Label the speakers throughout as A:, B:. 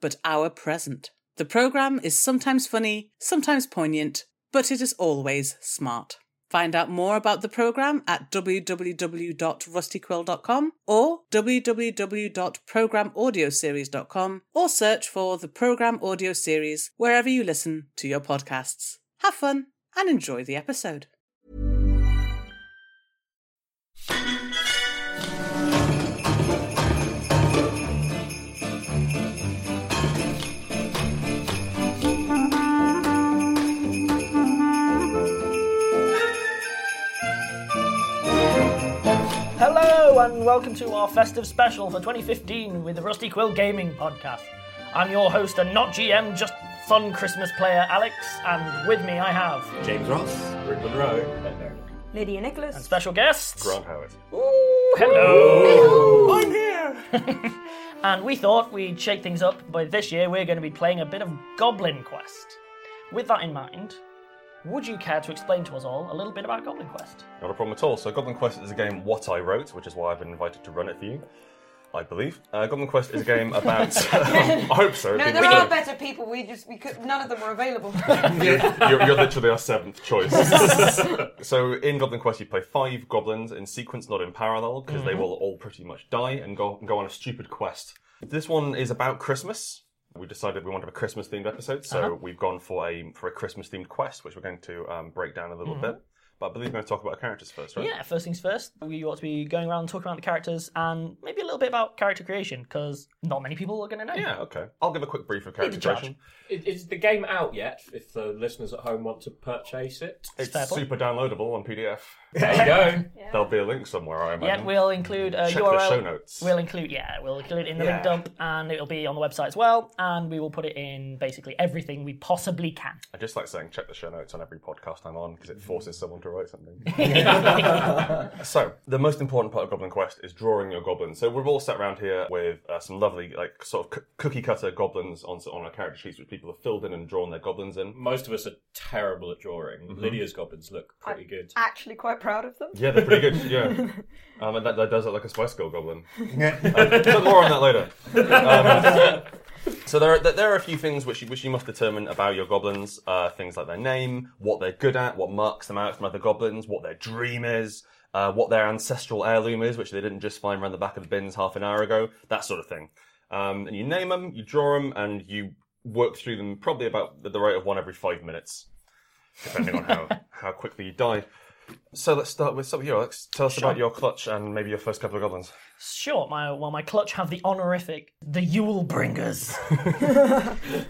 A: but our present. The programme is sometimes funny, sometimes poignant, but it is always smart. Find out more about the programme at www.rustyquill.com or www.programaudioseries.com or search for the programme audio series wherever you listen to your podcasts. Have fun and enjoy the episode.
B: Hello and welcome to our festive special for 2015 with the Rusty Quill Gaming Podcast. I'm your host and not GM, just fun Christmas player Alex, and with me I have
C: James Ross, Rick Monroe,
D: Lydia
B: a
D: Nicholas.
B: special guest.
C: Grant Howard.
B: Ooh, hello.
C: I'm here.
B: And we thought we'd shake things up, but this year we're going to be playing a bit of Goblin Quest. With that in mind, would you care to explain to us all a little bit about Goblin Quest?
C: Not a problem at all. So Goblin Quest is a game what I wrote, which is why I've been invited to run it for you. I believe uh, Goblin Quest is a game about. I hope so.
D: No,
C: It'd be
D: there
C: good.
D: are better people. We just we could none of them were available.
C: you're, you're literally our seventh choice. so in Goblin Quest, you play five goblins in sequence, not in parallel, because they will all pretty much die and go go on a stupid quest. This one is about Christmas. We decided we wanted a Christmas themed episode, so we've gone for a for a Christmas themed quest, which we're going to um, break down a little bit. But I believe we're going to talk about our characters first, right?
B: Yeah, first things first, we ought to be going around talking about the characters and maybe a little bit about character creation, because not many people are going to know.
C: Yeah, okay. I'll give a quick brief of character
B: judge.
C: creation.
E: Is, is the game out yet? If the listeners at home want to purchase it,
C: It's
B: fair point.
C: super downloadable on PDF.
E: there you go.
C: There'll be a link somewhere, I imagine.
B: Yeah, we'll include a
C: Check the
B: URL.
C: show notes.
B: We'll include, yeah, we'll include it in the link
C: Yeah.
B: dump, and it'll be on the website as well. And we will put it in basically everything we possibly can.
C: I just like saying check the show notes on every podcast I'm on because it forces someone to write something. so the most important part of Goblin Quest is drawing your goblins. So we're all sat around here with uh, some lovely, like sort of c- cookie cutter goblins on on our character sheets, which people have filled in and drawn their goblins in. Mm-hmm.
E: Most of us are terrible at drawing. Lydia's goblins look pretty good.
D: Actually, quite proud of them.
C: Yeah, they're pretty good. Yeah, um, and that, that does look like a Spice Girl goblin. Um, but more on that later. Um, So there are, there are a few things which you, which you must determine about your goblins. Uh, things like their name, what they're good at, what marks them out from other goblins, what their dream is, uh, what their ancestral heirloom is, which they didn't just find around the back of the bins half an hour ago, that sort of thing. Um, and you name them, you draw them, and you work through them probably about the the rate of one every five minutes, depending on how, how quickly you die. So let's start with some of you, Alex. Tell us about your clutch and maybe your first couple of goblins.
B: Sure, my well, my clutch have the honorific, the Yule Bringers,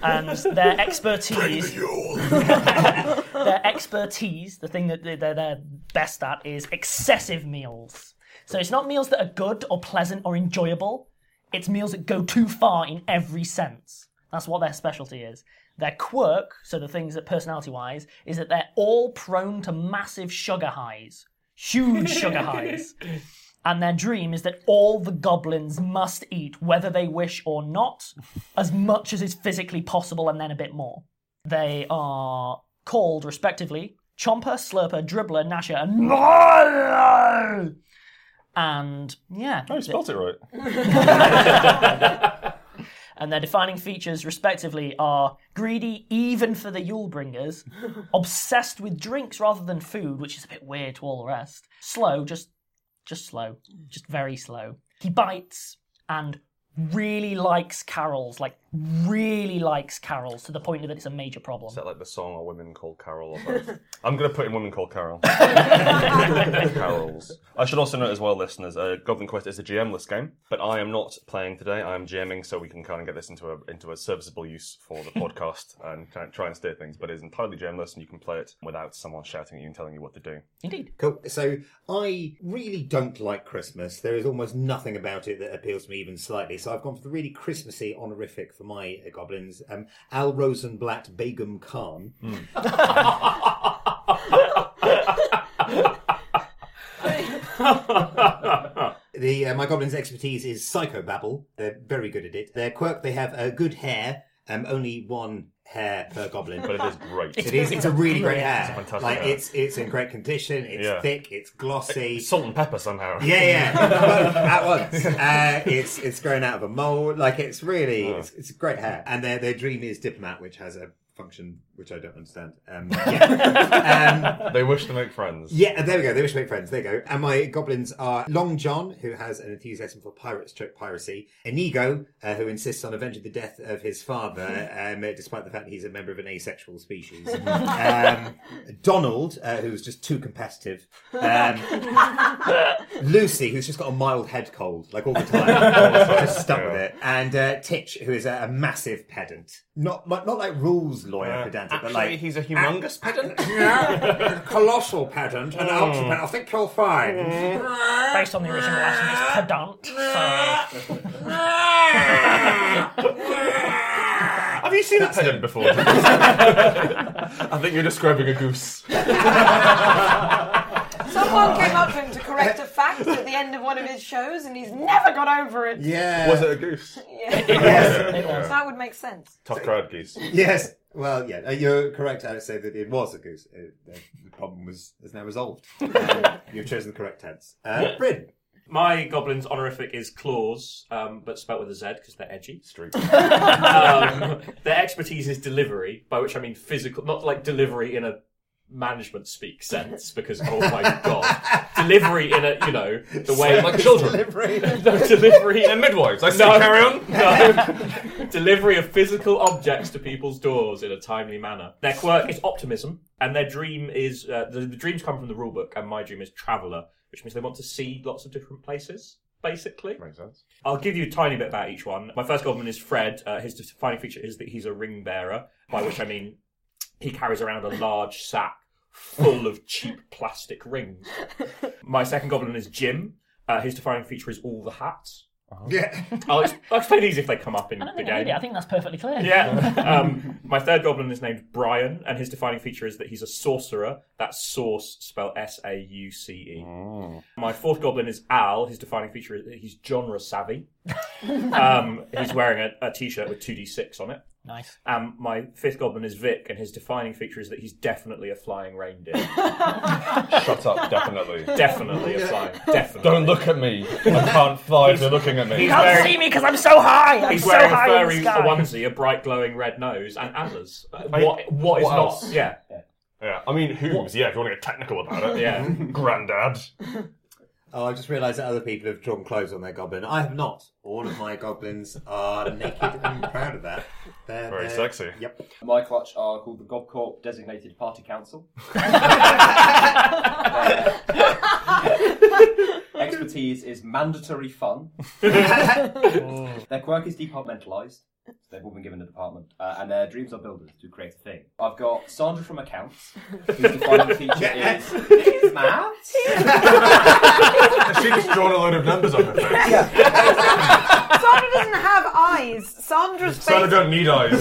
B: and their expertise. their expertise, the thing that they- they're, they're best at, is excessive meals. So it's not meals that are good or pleasant or enjoyable. It's meals that go too far in every sense. That's what their specialty is. Their quirk, so the things that personality-wise, is that they're all prone to massive sugar highs, huge sugar highs. and their dream is that all the goblins must eat, whether they wish or not, as much as is physically possible, and then a bit more. They are called, respectively, Chomper, Slurper, Dribbler, Nasher, and Mauler! And yeah,
C: Oh, you spelt it right.
B: and their defining features, respectively, are greedy even for the Yulebringers, obsessed with drinks rather than food, which is a bit weird to all the rest. Slow, just, just slow, just very slow. He bites and really likes carols, like really likes carols to the point that it's a major problem.
C: Is that like the song or Women Called Carol? Or both? I'm going to put in Women Called Carol. Carols. I should also note as well, listeners, uh, Goblin Quest is a GM-less game, but I am not playing today. I am GMing, so we can kind of get this into a into a serviceable use for the podcast and try, try and steer things. But it's entirely GM-less, and you can play it without someone shouting at you and telling you what to do.
B: Indeed.
F: Cool. So I really don't like Christmas. There is almost nothing about it that appeals to me even slightly. So I've gone for the really Christmassy honorific for my uh, goblins. Um, Al Rosenblatt Begum Khan.
C: Hmm.
F: The uh, my goblin's expertise is psychobabble. They're very good at it. Their quirk: they have uh, good hair. Um, only one hair per goblin.
C: But it is great.
F: It is. It's a really great hair.
C: fantastic
F: like
C: hair.
F: it's it's in great condition. It's
C: Yeah.
F: thick. It's glossy.
C: Salt and pepper somehow.
F: Yeah, yeah. Both at once. Uh, it's it's grown out of a mole. Like it's really it's, it's great hair. And their their dream is diplomat, which has a function which I don't understand. Um, yeah. um,
C: They wish to make friends.
F: yeah, there we go. They wish to make friends. There you go. And my goblins are Long John, who has an enthusiasm for pirates, stroke piracy. Inigo, uh, who insists on avenging the death of his father, um, despite the fact he's a member of an asexual species. um, Donald, uh, who's just too competitive. Um,
E: Um,
F: Lucy, who's just got a mild head cold, like all the time, just stuck with it, and uh, Titch, who is a, a massive pedant, not not not like rules lawyer pedantic, but like
C: Uh, he's a humongous pedant. Hmm.
F: yeah, colossal pedant, an ultra pedant. I think you'll find.
B: Based on the original Latin, it's pedant. So
C: Have you seen a pedant before? I think you're describing a goose.
D: Someone came up to him to correct a fact at the end of one of his shows, and he's never got over it.
F: Yeah.
C: Was it a goose?
F: Yes.
D: That would make sense.
C: Tough crowd geese.
F: yes. Well, yeah, uh, you're correct. I would say that it was a goose. Uh, the the problem was is now resolved. Um, You've chosen the correct tense. Uh, Bryn.
E: My goblin's honorific is claws, um, but spelt with a Z because they're edgy.
C: Street.
E: Um, their expertise is delivery, by which I mean physical, not like delivery in a management speak sense, because oh my god, delivery in a you know the way
C: Like children.
F: Delivery.
E: no, delivery
C: And midwives. I still carry on.
E: No. Delivery of physical objects to people's doors in a timely manner. Their quirk is optimism, and their dream is uh, the, the dreams come from the rule book, and my dream is traveller, which means they want to see lots of different places. Basically,
C: Makes sense.
E: I'll give you a tiny bit about each one. My first goblin is Fred. Uh, his defining feature is that he's a ring bearer, by which I mean he carries around a large sack full of cheap plastic rings. My second goblin is Jim. Uh, his defining feature is all the hats.
F: Yeah.
E: I'll, ex- I'll explain these if they come up in
B: I don't
E: the
B: think I
E: game.
B: need it. I think that's perfectly clear.
E: yeah. Um, my third goblin is named Brian, and his defining feature is that he's a sorcerer. That's source spelled S A U C E.
C: Oh.
E: My fourth goblin is Al. His defining feature is that he's genre savvy. um, he's wearing a, a t-shirt with two d six on it.
B: Nice.
E: Um, my fifth goblin is Vic, and his defining feature is that he's definitely a flying reindeer.
C: Shut up, definitely.
E: definitely a flying. Definitely.
C: Don't look at me. I can't fly if you're looking at me.
E: He's
B: Can't
E: wearing-
B: see me because I'm so high. I'm
E: He's
B: so
E: wearing a
B: high
E: furry
B: in the
E: a
B: sky.
E: onesie, a bright glowing red nose, and antlers. Uh, What, what is
C: what
E: not?
C: else?
E: Yeah,
C: Yeah, I mean, who's? Yeah, if you want to get technical about it.
E: yeah.
C: Grandad.
F: Oh, I just realised that other people have drawn clothes on their goblin. I have not. All of my goblins are naked and proud of that. They're,
C: Very
F: they're-
C: sexy.
F: Yep.
G: My clutch are called the GobCorp Designated Party Council. Expertise is mandatory fun. their quirk is departmentalised. so They've all been given a department, uh, and their dreams are builders to create a thing. I've got Sandra from accounts, whose defining feature is maths.
C: She just drawn a load of numbers on her face.
D: Sandra doesn't have eyes. Sandra's face.
C: So they don't need eyes.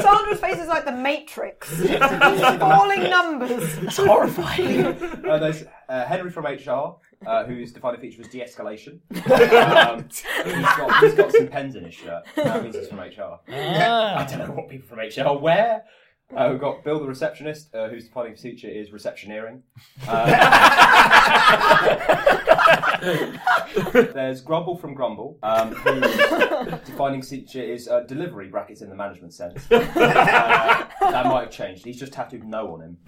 D: Sandra's face is like the Matrix. Falling numbers.
B: It's horrifying.
G: Uh, there's uh, Henry from HR, uh, whose defining feature was de-escalation. um, he's, got, he's got some pens in his shirt. That means he's from HR. I don't know what people from HR wear. Uh, we've got Bill the receptionist, uh, whose defining feature is receptioneering. Uh, There's Grumble from Grumble, um, whose defining feature is uh, delivery brackets in the management sense. Uh, that might have changed. He's just tattooed no on him.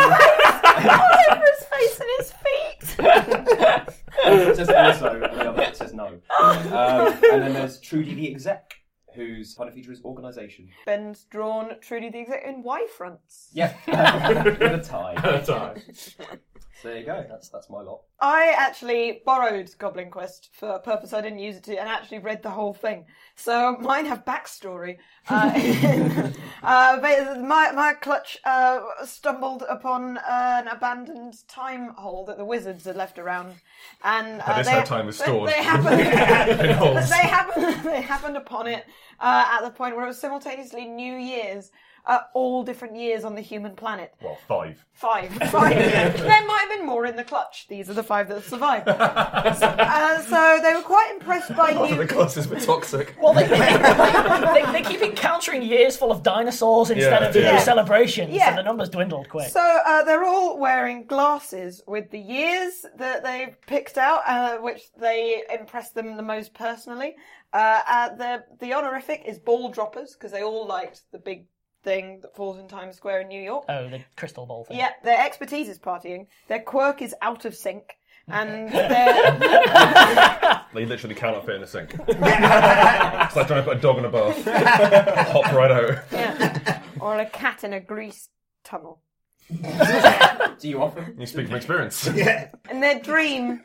D: All over his face and his feet.
G: it says also, and the other it says no. Um, and then there's Trudy the exec, whose defining feature is organisation.
D: Ben's drawn Trudy the exec in Y fronts.
G: Yeah, with a tie.
E: Time.
G: So there you go. That's that's my lot.
D: I actually borrowed Goblin Quest for a purpose I didn't use it to, and actually read the whole thing. So mine have backstory. Uh, uh, but my my clutch uh, stumbled upon an abandoned time hole that the wizards had left around, and uh,
C: That is
D: they,
C: how time is
D: they-
C: stored.
D: They happened.
C: It holds.
D: they happened. They happened upon it uh, at the point where it was simultaneously New Year's. Uh, all different years on the human planet.
C: Well, five.
D: Five. Five. there might have been more in the clutch. These are the five that survived. so, uh, so they were quite impressed by
C: Not that the
D: you.
C: classes were toxic.
B: Well, they, they, they keep encountering years full of dinosaurs instead
C: Yeah,
B: of you know,
C: yeah.
B: celebrations,
D: Yeah.
B: and the numbers dwindled quick.
D: So uh, they're all wearing glasses with the years that they picked out, uh, which they impressed them the most personally. Uh, uh, the the honorific is ball droppers because they all liked the big thing that falls in Times Square in New York.
B: oh, the crystal ball thing.
D: Yeah, their expertise is partying. Their quirk is out of sync, and their
C: They literally cannot fit in a sink. it's like trying to put a dog in a bath. Hop right out.
D: Yeah. or a cat in a grease tunnel.
G: Do you offer?
C: You speak from experience.
D: And their dream,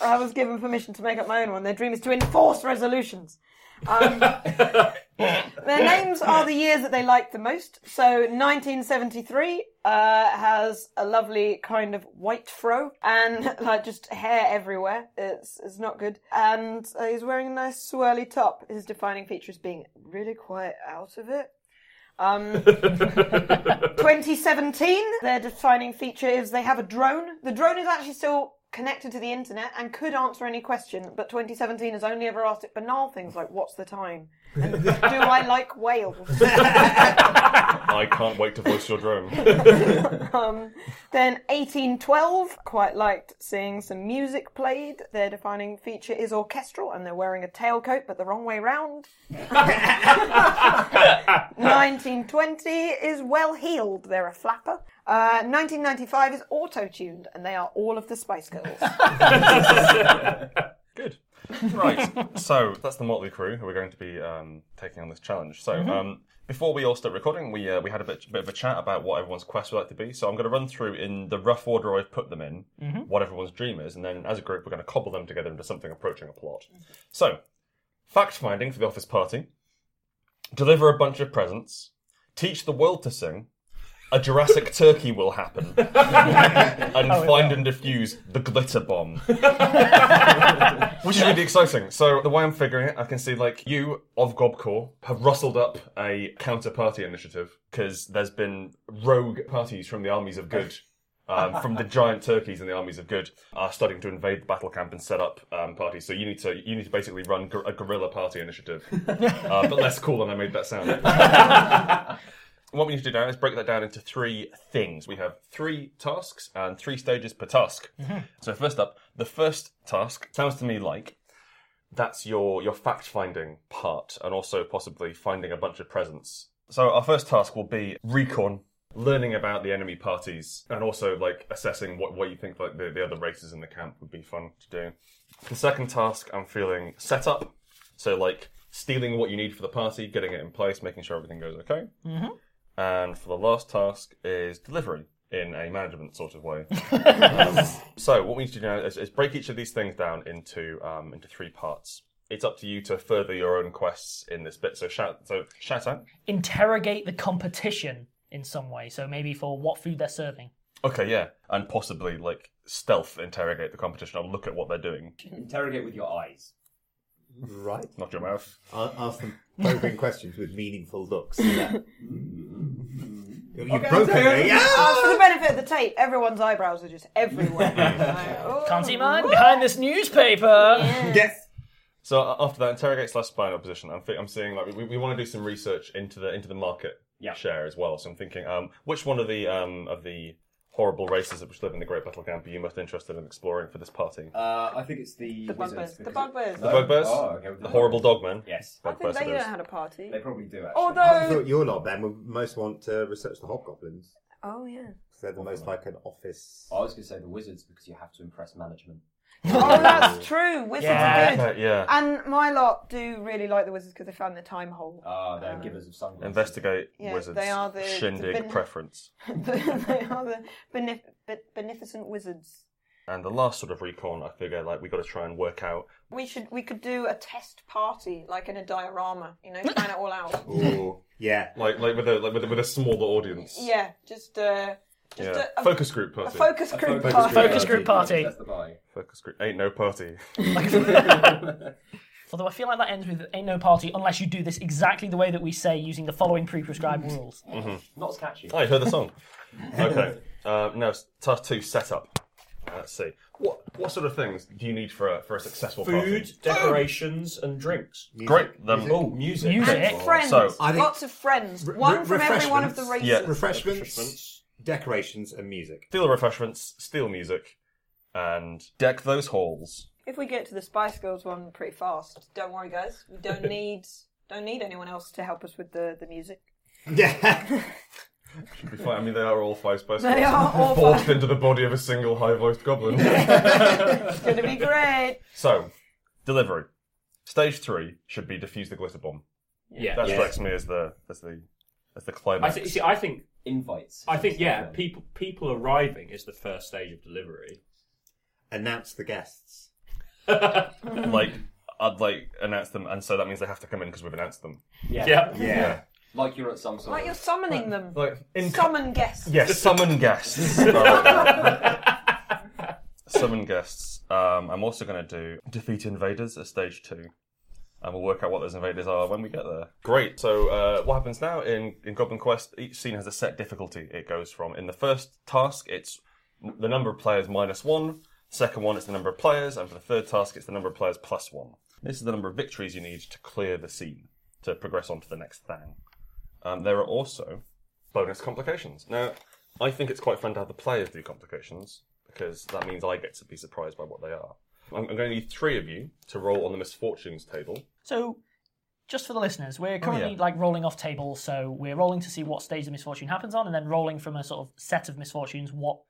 D: I was given permission to make up my own one. Their dream is to enforce resolutions. Um, their names are the years that they like the most. So 1973 uh, has a lovely kind of white fro and like just hair everywhere. It's it's not good. And uh, he's wearing a nice swirly top. His defining feature is being really quite out of it. Um, 2017, their defining feature is they have a drone. The drone is actually still connected to the internet and could answer any question, but 2017 has only ever asked it banal things like, What's the time? And do I like whales?
C: I can't wait to voice your drone.
D: Um, Then 1812, quite liked seeing some music played. Their defining feature is orchestral, and they're wearing a tailcoat, but the wrong way round. 1920 is well heeled. They're a flapper. Uh, 1995 is auto tuned, and they are all of the Spice Girls.
C: Good. Right. so that's the Motley Crew who are going to be um, taking on this challenge. So um, before we all start recording, we uh, we had a bit, bit of a chat about what everyone's quest would like to be. So I'm going to run through in the rough order I've put them in
H: Mm-hmm.
B: Mm-hmm.
C: what everyone's dream is, and then as a group we're going to cobble them together into something approaching a plot. So fact finding for the office party, deliver a bunch of presents, teach the world to sing. A Jurassic Turkey will happen, and find and defuse the glitter bomb. Which is really exciting. So the way I'm figuring it, I can see like you of Gobcore have rustled up a counter-party initiative because there's been rogue parties from the armies of good, um, from the giant turkeys and the armies of good are starting to invade the battle camp and set up um, parties. So you need to you need to basically run gor- a guerrilla party initiative, uh, but less cool than I made that sound. What we need to do now is break that down into three things. We have three tasks and three stages per task.
B: Mm-hmm.
C: So first up, the first task sounds to me like that's your your fact finding part, and also possibly finding a bunch of presents. So our first task will be recon, learning about the enemy parties, and also like assessing what what you think like the, the other races in the camp would be fun to do. The second task, I'm feeling set up. So like stealing what you need for the party, getting it in place, making sure everything goes okay. And for the last task is delivery in a management sort of way. Um, so what we need to do now is, is break each of these things down into um, into three parts. It's up to you to further your own quests in this bit. So shout, so shout out.
B: Interrogate the competition in some way. So maybe for what food they're serving.
C: Okay, yeah, and possibly like stealth interrogate the competition. I'll look at what they're doing,
G: Interrogate with your eyes.
F: Right.
C: not your mouth.
F: I'll ask them probing questions with meaningful looks. Yeah. You broke
G: so-
F: it.
D: Uh, for
F: Yeah.
D: the benefit of the tape, everyone's eyebrows are just everywhere. Like, oh.
B: Can't see mine behind this newspaper.
F: Yes.
C: So uh, after that, interrogate slash spy in opposition. I'm, thi- I'm seeing like we, we want to do some research into the into the market
G: Yeah.
C: share as well. So I'm thinking, um, which one of the um of the horrible races which live in the Great Battle Camp are you most interested in exploring for this party?
G: Uh, I think it's the
D: The
G: wizards,
D: bugbears. The
G: because-
D: bugbears.
G: No?
C: the bugbears,
G: Oh, okay. well,
C: the horrible dogmen.
G: Yes,
D: I think
C: Bugbears
D: they
C: it
D: don't
C: is.
D: know how to party.
G: they probably do. Actually.
F: I
D: Although,
F: thought your lot, Ben, would most want to research the hobgoblins.
D: oh yeah.
F: 'cause They're the most like an office.
G: I was going to say the wizards because you have to impress management.
D: Oh, that's true. Wizards
B: Yeah.
D: are good.
C: Okay, yeah.
D: And my lot do really like the wizards because they found the time hole. Um,
G: Ah, they're givers of sunglasses.
C: Investigate
D: Yeah,
C: wizards.
D: they are the- the
C: shindig
D: bin-
C: preference.
D: they are the benef- be- beneficent wizards.
C: And the last sort of recon, I figure, like we got to try and work out.
D: We should we could do a test party like in a diorama, you know, plan it all out.
F: Ooh. Yeah.
C: Like, like with a like with a, with a smaller audience.
D: Yeah, just uh, just
C: Yeah.
D: a, a-
C: focus group
D: a
C: party.
D: focus
G: A
D: group
G: focus
D: party.
B: Focus group party.
G: That's the buy.
C: Focus group. Ain't no party.
B: Although I feel like that ends with ain't no party unless you do this exactly the way that we say using the following pre-prescribed
C: Mm-hmm.
B: rules.
G: Not as catchy.
C: Oh, you heard the song. okay. Uh, now, it's task two setup. Uh, let's see. What what sort of things do you need for a for a successful
E: Food,
C: party?
E: decorations, and drinks.
C: Great. Then-
E: Oh, music.
B: Music.
D: And friends,
C: So-
F: I think-
D: lots of friends,
F: Re- re-
D: one from every one of the
F: refreshments.
D: races.
C: Yeah.
F: Refreshments,
E: Refreshments.
F: decorations, and music.
C: steal the refreshments, steal music, and deck those halls.
D: If we get to the Spice Girls one pretty fast, don't worry, guys. We don't need don't need anyone else to help us with the the music.
F: Yeah.
C: Should be fine. I mean, they are all five spice
D: They
C: girls
D: are all
C: forged
D: five.
C: into the body of a single high-voiced goblin.
D: It's gonna be great.
C: so, delivery. Stage three should be defuse the glitter bomb.
E: Yeah,
C: That
E: yeah.
C: strikes me as the as the as the
E: I
C: climax.
E: think. See, I think.
G: Invites.
E: I think. Yeah, people people arriving is the first stage of delivery.
F: Announce the guests.
C: like I'd like announce them, and so that means they have to come in because we've announced them.
G: Yeah.
E: Yeah.
F: Yeah.
G: Like you're at some sort
D: Like
G: of.
D: you're summoning them.
C: Like in
D: Summon guests.
C: Yes, summon guests. summon guests. Um, I'm also going to do defeat invaders at stage two, and we'll work out what those invaders are when we get there. Great. So uh, what happens now in in Goblin Quest? Each scene has a set difficulty. It goes from in the first task, it's the number of players minus one. Second one, it's the number of players, and for the third task, it's the number of players plus one. This is the number of victories you need to clear the scene to progress on to the next thing. Um, there are also bonus complications. Now, I think it's quite fun to have the players do complications because that means I get to be surprised by what they are. I'm, I'm going to need three of you to roll on the misfortunes table.
B: So, just for the listeners, we're currently
C: Oh, yeah.
B: like rolling off tables. So we're rolling to see what stage the misfortune happens on, and then rolling from a sort of set of misfortunes what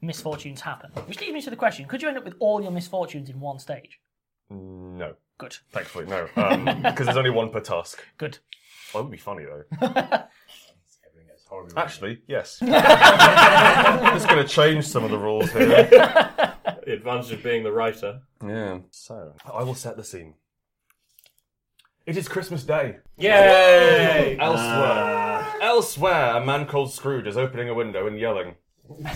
B: misfortunes happen. Which leads me to the question: Could you end up with all your misfortunes in one stage?
C: No,
B: Good,
C: thankfully, no, because there's only one per task.
B: good.
C: That would be funny though. Actually, yes. Just going to change some of the rules here.
E: The advantage of being the writer.
C: Yeah. So I will set the scene. It is Christmas Day.
E: Yay!
C: Elsewhere, elsewhere, a man called Scrooge is opening a window and yelling.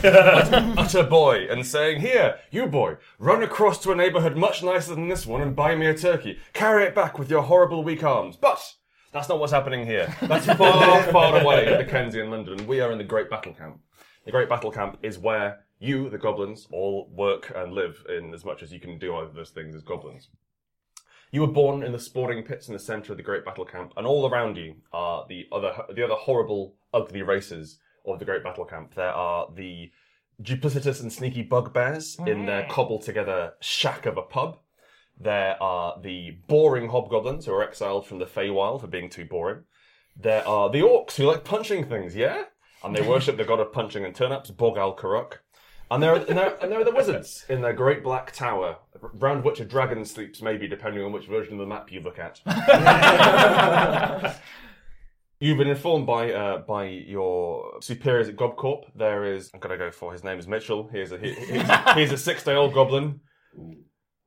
C: utter, utter boy, and saying, Here, you boy, run across to a neighbourhood much nicer than this one and buy me a turkey. Carry it back with your horrible weak arms. But that's not what's happening here. That's far, far away in Mackenzie and London. We are in the Great Battle Camp. The Great Battle Camp is where you, the goblins, all work and live in as much as you can do either of those things as goblins. You were born in the sporting pits in the centre of the Great Battle Camp, and all around you are the other the other horrible, ugly races of the Great Battle Camp. There are the duplicitous and sneaky bugbears in their cobbled together shack of a pub. There are the boring hobgoblins who are exiled from the Feywild for being too boring. There are the orcs who like punching things, yeah? And they worship the god of punching and turnips, Bog al Karuk. And there, are, and, there, and there are the wizards in their great black tower, round which a dragon sleeps, maybe, depending on which version of the map you look at. You've been informed by uh, by your superiors at Gobcorp. There is, I'm gonna go for his name is Mitchell. He is a he, he's, he's a six day old goblin.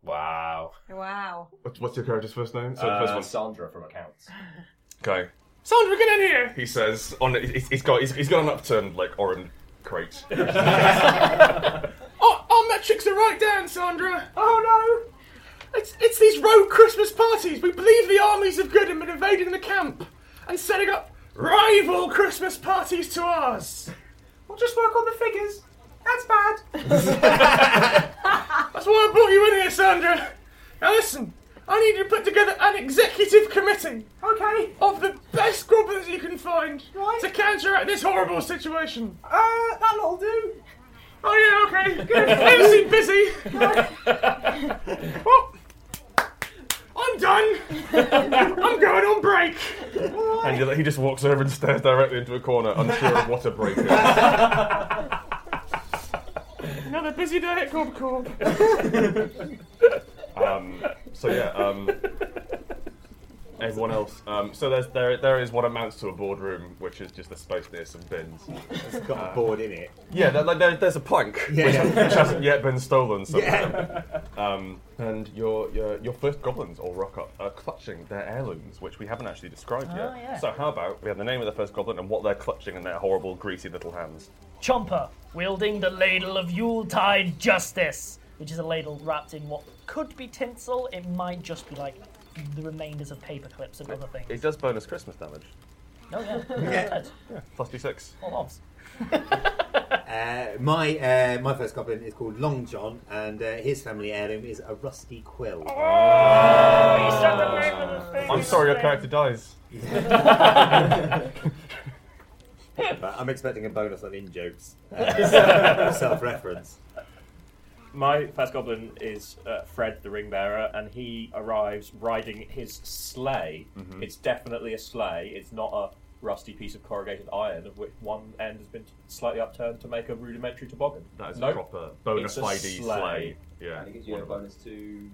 C: Wow.
D: Wow.
C: What- What's your character's first name? So
G: Uh,
C: the first
G: Sandra from accounts.
C: one. Okay. Sandra, get in here. He says. On he's, he's got he's, he's got an upturned like orange crate. oh, our metrics are right down, Sandra. Oh no. It's it's these rogue Christmas parties. We believe the armies of good have been invading the camp and setting up
H: rival Christmas parties to ours.
G: We'll just work on the figures. That's bad.
H: That's why I brought you in here, Sandra. Now listen, I need you to put together an executive committee
G: okay.
H: of the best goblins you can find
G: Right.
H: to counteract this horrible situation.
G: Uh, that'll do.
H: Oh yeah, okay. Good. MC busy. Well, I'm done. I'm going on break.
C: And he- he just walks over and stares directly into a corner, unsure of what a break is.
H: Another busy day at Gobcorp.
C: Um, so yeah, um, everyone else. Um, so there's, there there is what amounts to a boardroom, which is just a space near some bins. Uh,
F: It's got a board in it.
C: Yeah, there, like, there, there's a plank which, which hasn't yet been stolen. Somehow. Um, and your, your your first goblins all rock up, are clutching their heirlooms, which we haven't actually described yet.
B: Oh, yeah.
C: So how about we have the name of the first goblin and what they're clutching in their horrible, greasy little hands?
B: Chomper, wielding the ladle of Yuletide Justice, which is a ladle wrapped in what could be tinsel. It might just be like the remainders of paper clips and other things.
C: It does bonus Christmas damage,
B: Oh, yeah. Oh, Yuletide.
C: plus d6.
B: All odds.
F: Uh, my uh, my first goblin is called Long John, and uh, his family heirloom is a rusty quill.
B: Oh!
F: Oh.
C: I'm sorry, your character dies.
F: But I'm expecting a bonus on in jokes, uh, self reference.
E: My first goblin is uh, Fred the Ringbearer, and he arrives riding his sleigh.
C: Mm-hmm.
E: It's definitely a sleigh. It's not a rusty piece of corrugated iron, of which one end has been slightly upturned to make a rudimentary toboggan.
C: That is
E: Nope.
C: a proper bona
E: It's a
C: fide
E: sleigh.
C: sleigh. Yeah.
G: And it gives you a bonus to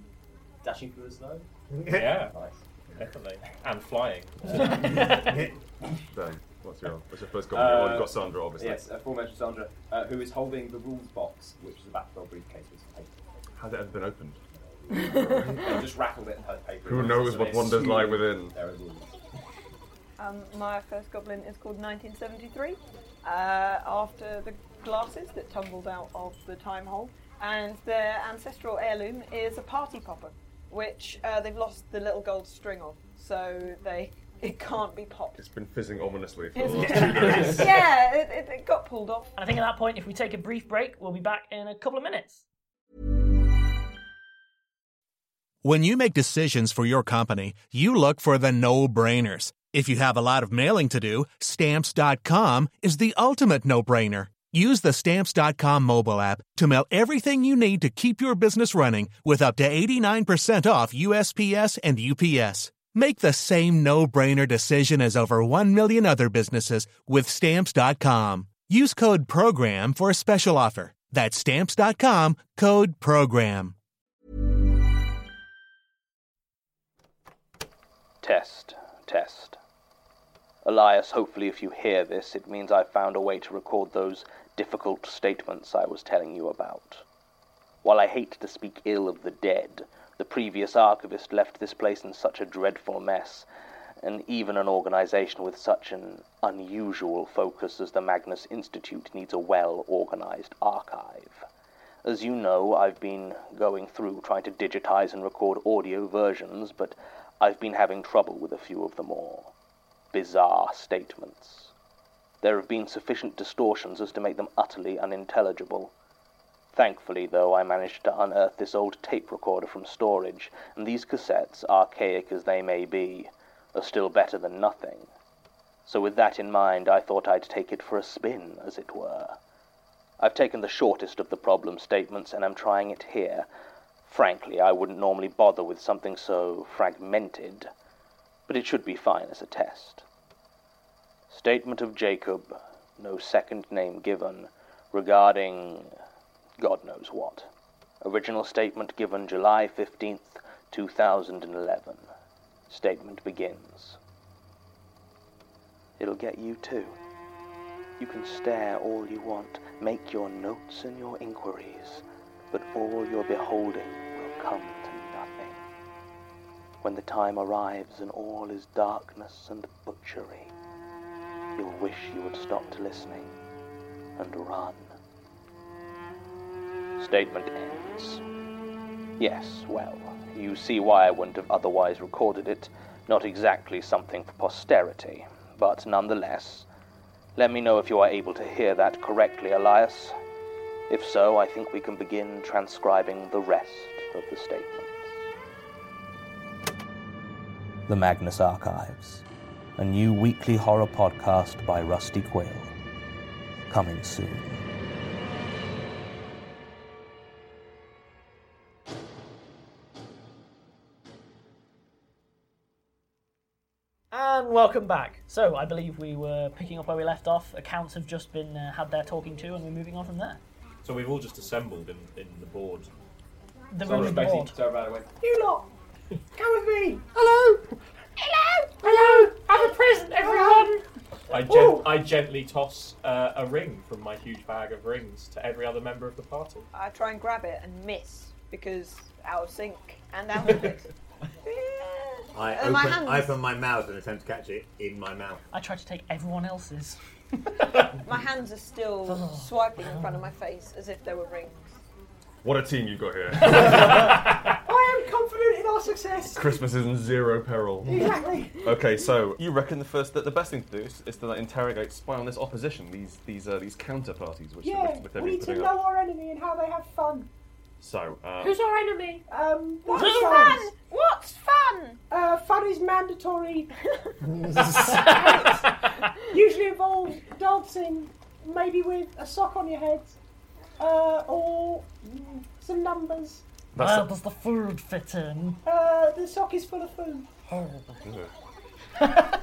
G: dashing through the snow.
E: Yeah,
G: Nice.
E: definitely. And flying.
C: Dan, what's your what's your first goblin? oh, you've got Sandra, obviously.
G: Uh, Yes, aforementioned Sandra, uh, who is holding the rules box, which is a backdoor briefcase with some paper.
C: Has it ever been opened?
G: I just rattled it and had paper.
C: Who
G: in it,
C: knows
G: so
C: what
G: they
C: wonders lie
G: assume
C: within?
G: There are rules.
D: Um, my first goblin is called 1973, uh, after the glasses that tumbled out of the time hole. And their ancestral heirloom is a party popper, which uh, they've lost the little gold string of, so they it can't be popped.
C: It's been fizzing ominously for the last two days.
D: yeah, it, it, it got pulled off.
B: And I think at that point, if we take a brief break, we'll be back in a couple of minutes.
I: When you make decisions for your company, you look for the no brainers. If you have a lot of mailing to do, stamps.com is the ultimate no brainer. Use the stamps.com mobile app to mail everything you need to keep your business running with up to 89% off USPS and UPS. Make the same no brainer decision as over 1 million other businesses with stamps.com. Use code PROGRAM for a special offer. That's stamps.com code PROGRAM.
J: Test, test. Elias, hopefully, if you hear this, it means I've found a way to record those difficult statements I was telling you about. While I hate to speak ill of the dead, the previous archivist left this place in such a dreadful mess, and even an organization with such an unusual focus as the Magnus Institute needs a well organized archive. As you know, I've been going through trying to digitize and record audio versions, but I've been having trouble with a few of them all. Bizarre statements. There have been sufficient distortions as to make them utterly unintelligible. Thankfully, though, I managed to unearth this old tape recorder from storage, and these cassettes, archaic as they may be, are still better than nothing. So, with that in mind, I thought I'd take it for a spin, as it were. I've taken the shortest of the problem statements and am trying it here. Frankly, I wouldn't normally bother with something so fragmented, but it should be fine as a test. Statement of Jacob, no second name given, regarding God knows what. Original statement given July 15th, 2011. Statement begins. It'll get you too. You can stare all you want, make your notes and your inquiries, but all your beholding will come to nothing. When the time arrives and all is darkness and butchery, you'll wish you had stopped listening and run. Statement ends. Yes, well, you see why I wouldn't have otherwise recorded it. Not exactly something for posterity, but nonetheless, let me know if you are able to hear that correctly, Elias. If so, I think we can begin transcribing the rest of the statements. The Magnus Archives, a new weekly horror podcast by Rusty Quayle. Coming soon.
B: And welcome back. So I believe we were picking up where we left off. Accounts have just been uh, had their talking to, and we're moving on from there.
E: So we've all just assembled in, in the board.
B: The room is bored.
G: Sorry, by the way.
D: You lot, come with me. Hello. Hello. Hello. I'm a present, everyone.
E: I, gen- I gently toss uh, a ring from my huge bag of rings to every other member of the party.
D: I try and grab it and miss because out of sync and out of place.
F: I
D: Uh,
F: open,
D: my
F: I
D: hands.
F: open my mouth and attempt to catch it in my mouth.
B: I tried to take everyone else's. Oh.
D: My hands are still swiping in front of my face as if they were rings.
C: What a team you've got here.
D: I am confident in our success.
C: Christmas is in zero peril.
D: Exactly.
C: Okay, so you reckon the first that the best thing to do is, is to like, interrogate, spy on this opposition, these these uh, these counter parties, which
K: Yeah,
C: which, which they've
K: we
C: been
K: need to
C: putting
K: know
C: up.
K: our Oh. enemy and how they have fun.
C: So uh,
K: Who's our enemy? Um, what's
D: Who's
K: fun?
D: fun? What's fun?
K: Uh, fun is mandatory. Usually involves dancing, maybe with a sock on your head, uh, or mm, some numbers.
B: Where does the food fit in?
K: Uh, the sock is full of food.
C: that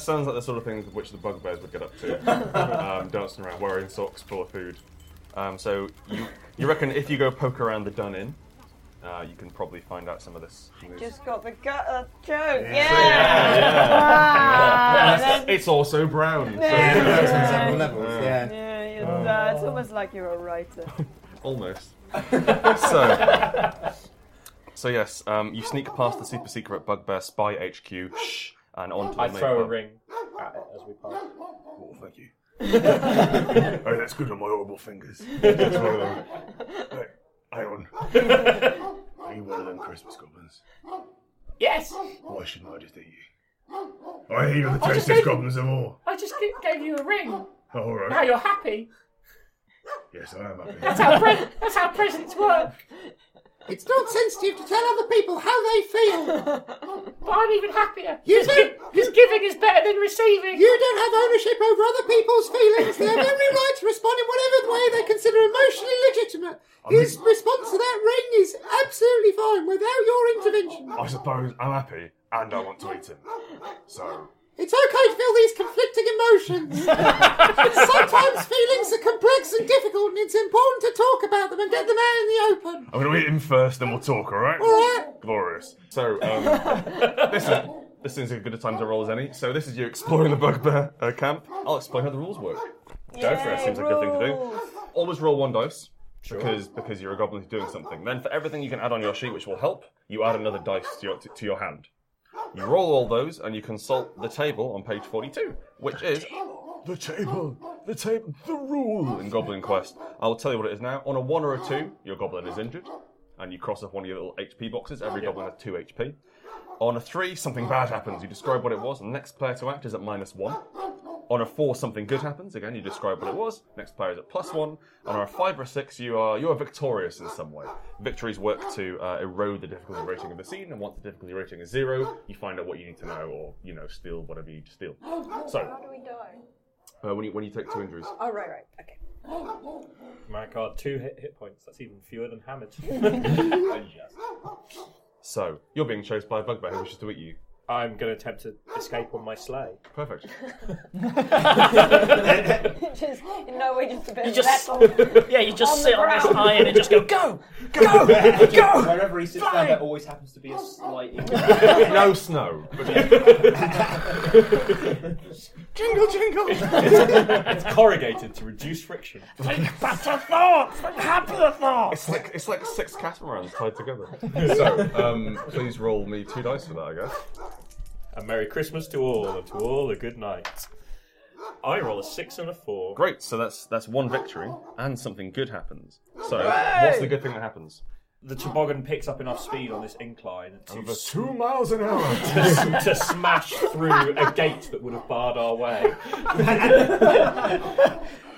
C: sounds like the sort of thing which the bugbears would get up to, um, dancing around wearing socks full of food. Um, so you you reckon if you go poke around the dun in, uh, you can probably find out some of this. news.
D: Just got the gutter joke. Yeah.
C: Yeah, yeah.
D: Ah,
C: Yeah.
D: then-
C: It's also brown. so-
D: Yeah. It works on
F: several levels, yeah.
D: Yeah, you're, uh,
C: Oh.
D: it's almost like you're a writer.
C: Almost. so, so yes, um, you sneak past the super secret bugbear spy HQ shh, and onto
E: I
C: the
E: throw a
C: main-
E: ring at it as we pass.
L: Oh, thank you. oh, that's good on my horrible fingers. That's one of them. Right, hang on. Are you one of them Christmas goblins?
K: Yes.
L: Why shouldn't I just eat you? I hear you're the
K: I just
L: tastiest
K: gave-
L: goblins of all.
K: I just gi- gave you a ring.
L: Oh, all right.
K: Now you're happy.
L: Yes, I am happy.
K: That's how pre- that's how presents work.
M: It's not sensitive to tell other people how they feel.
K: But I'm even happier.
M: You do.
K: Because giving is better than receiving.
M: You don't have ownership over other people's feelings. They have every right to respond in whatever way they consider emotionally legitimate. His response to that ring is absolutely fine without your intervention.
L: I suppose I'm happy and I want to eat him. So,
M: It's okay to feel these conflicting emotions. Sometimes feelings are complex and difficult, and it's important to talk about them and get them out in the open.
L: I'm going to eat him first and we'll talk, alright?
M: Alright.
L: Glorious.
C: So, um, this is this is as good a time to roll as any. So this is you exploring the bugbear uh, camp. I'll explain how the rules work. Go for it. Seems like a good thing to do. Always roll one dice. Because because you're a goblin who's doing something. Then for everything you can add on your sheet, which will help, you add another dice to your, to, your hand. You roll all those and you consult the table on page 42, which is the table, the table, the rule in Goblin Quest. I will tell you what it is now. On a one or a two, your goblin is injured, and you cross off one of your little HP boxes. Every goblin has two HP. On a three, something bad happens. You describe what it was. and Next player to act is at minus one. On a four, something good happens. Again, you describe what it was. Next player is at plus one. And on a five or a six, you are you are victorious in some way. Victories work to uh, erode the difficulty rating of the scene, and once the difficulty rating is zero, you find out what you need to know, or you know, steal whatever you steal. So
D: How do we die?
C: uh, when you when you take two injuries,
D: Oh, right, right. Okay.
E: My god, two hit, hit points. That's even fewer than hammered.
C: so you're being chased by a bugbear who wishes to eat you.
E: I'm going to attempt to escape on my sleigh.
C: Perfect.
D: just, in no way, just a bit
B: You
D: of
B: just-
D: metal.
B: yeah, you just
D: on the
B: sit on this
D: ground.
B: iron and just go, go,
G: Go!
B: go!
G: Wherever he sits down, there always happens to be
D: Oh,
G: a slight.
C: no snow.
M: Jingle, jingle.
E: it's, it's corrugated to reduce friction.
B: Think better thoughts, think happier thoughts.
C: It's like it's like six catamarans tied together. So um, please roll me two dice for that, I guess.
E: A Merry Christmas to all, and to all a good night. I roll a six and a four.
C: Great. So that's that's one victory, and something good happens. So
E: Hooray!
C: what's the good thing that happens?
E: The toboggan picks up enough speed on this incline to
L: Over two miles an hour.
E: to, to smash through a gate that would have barred our way.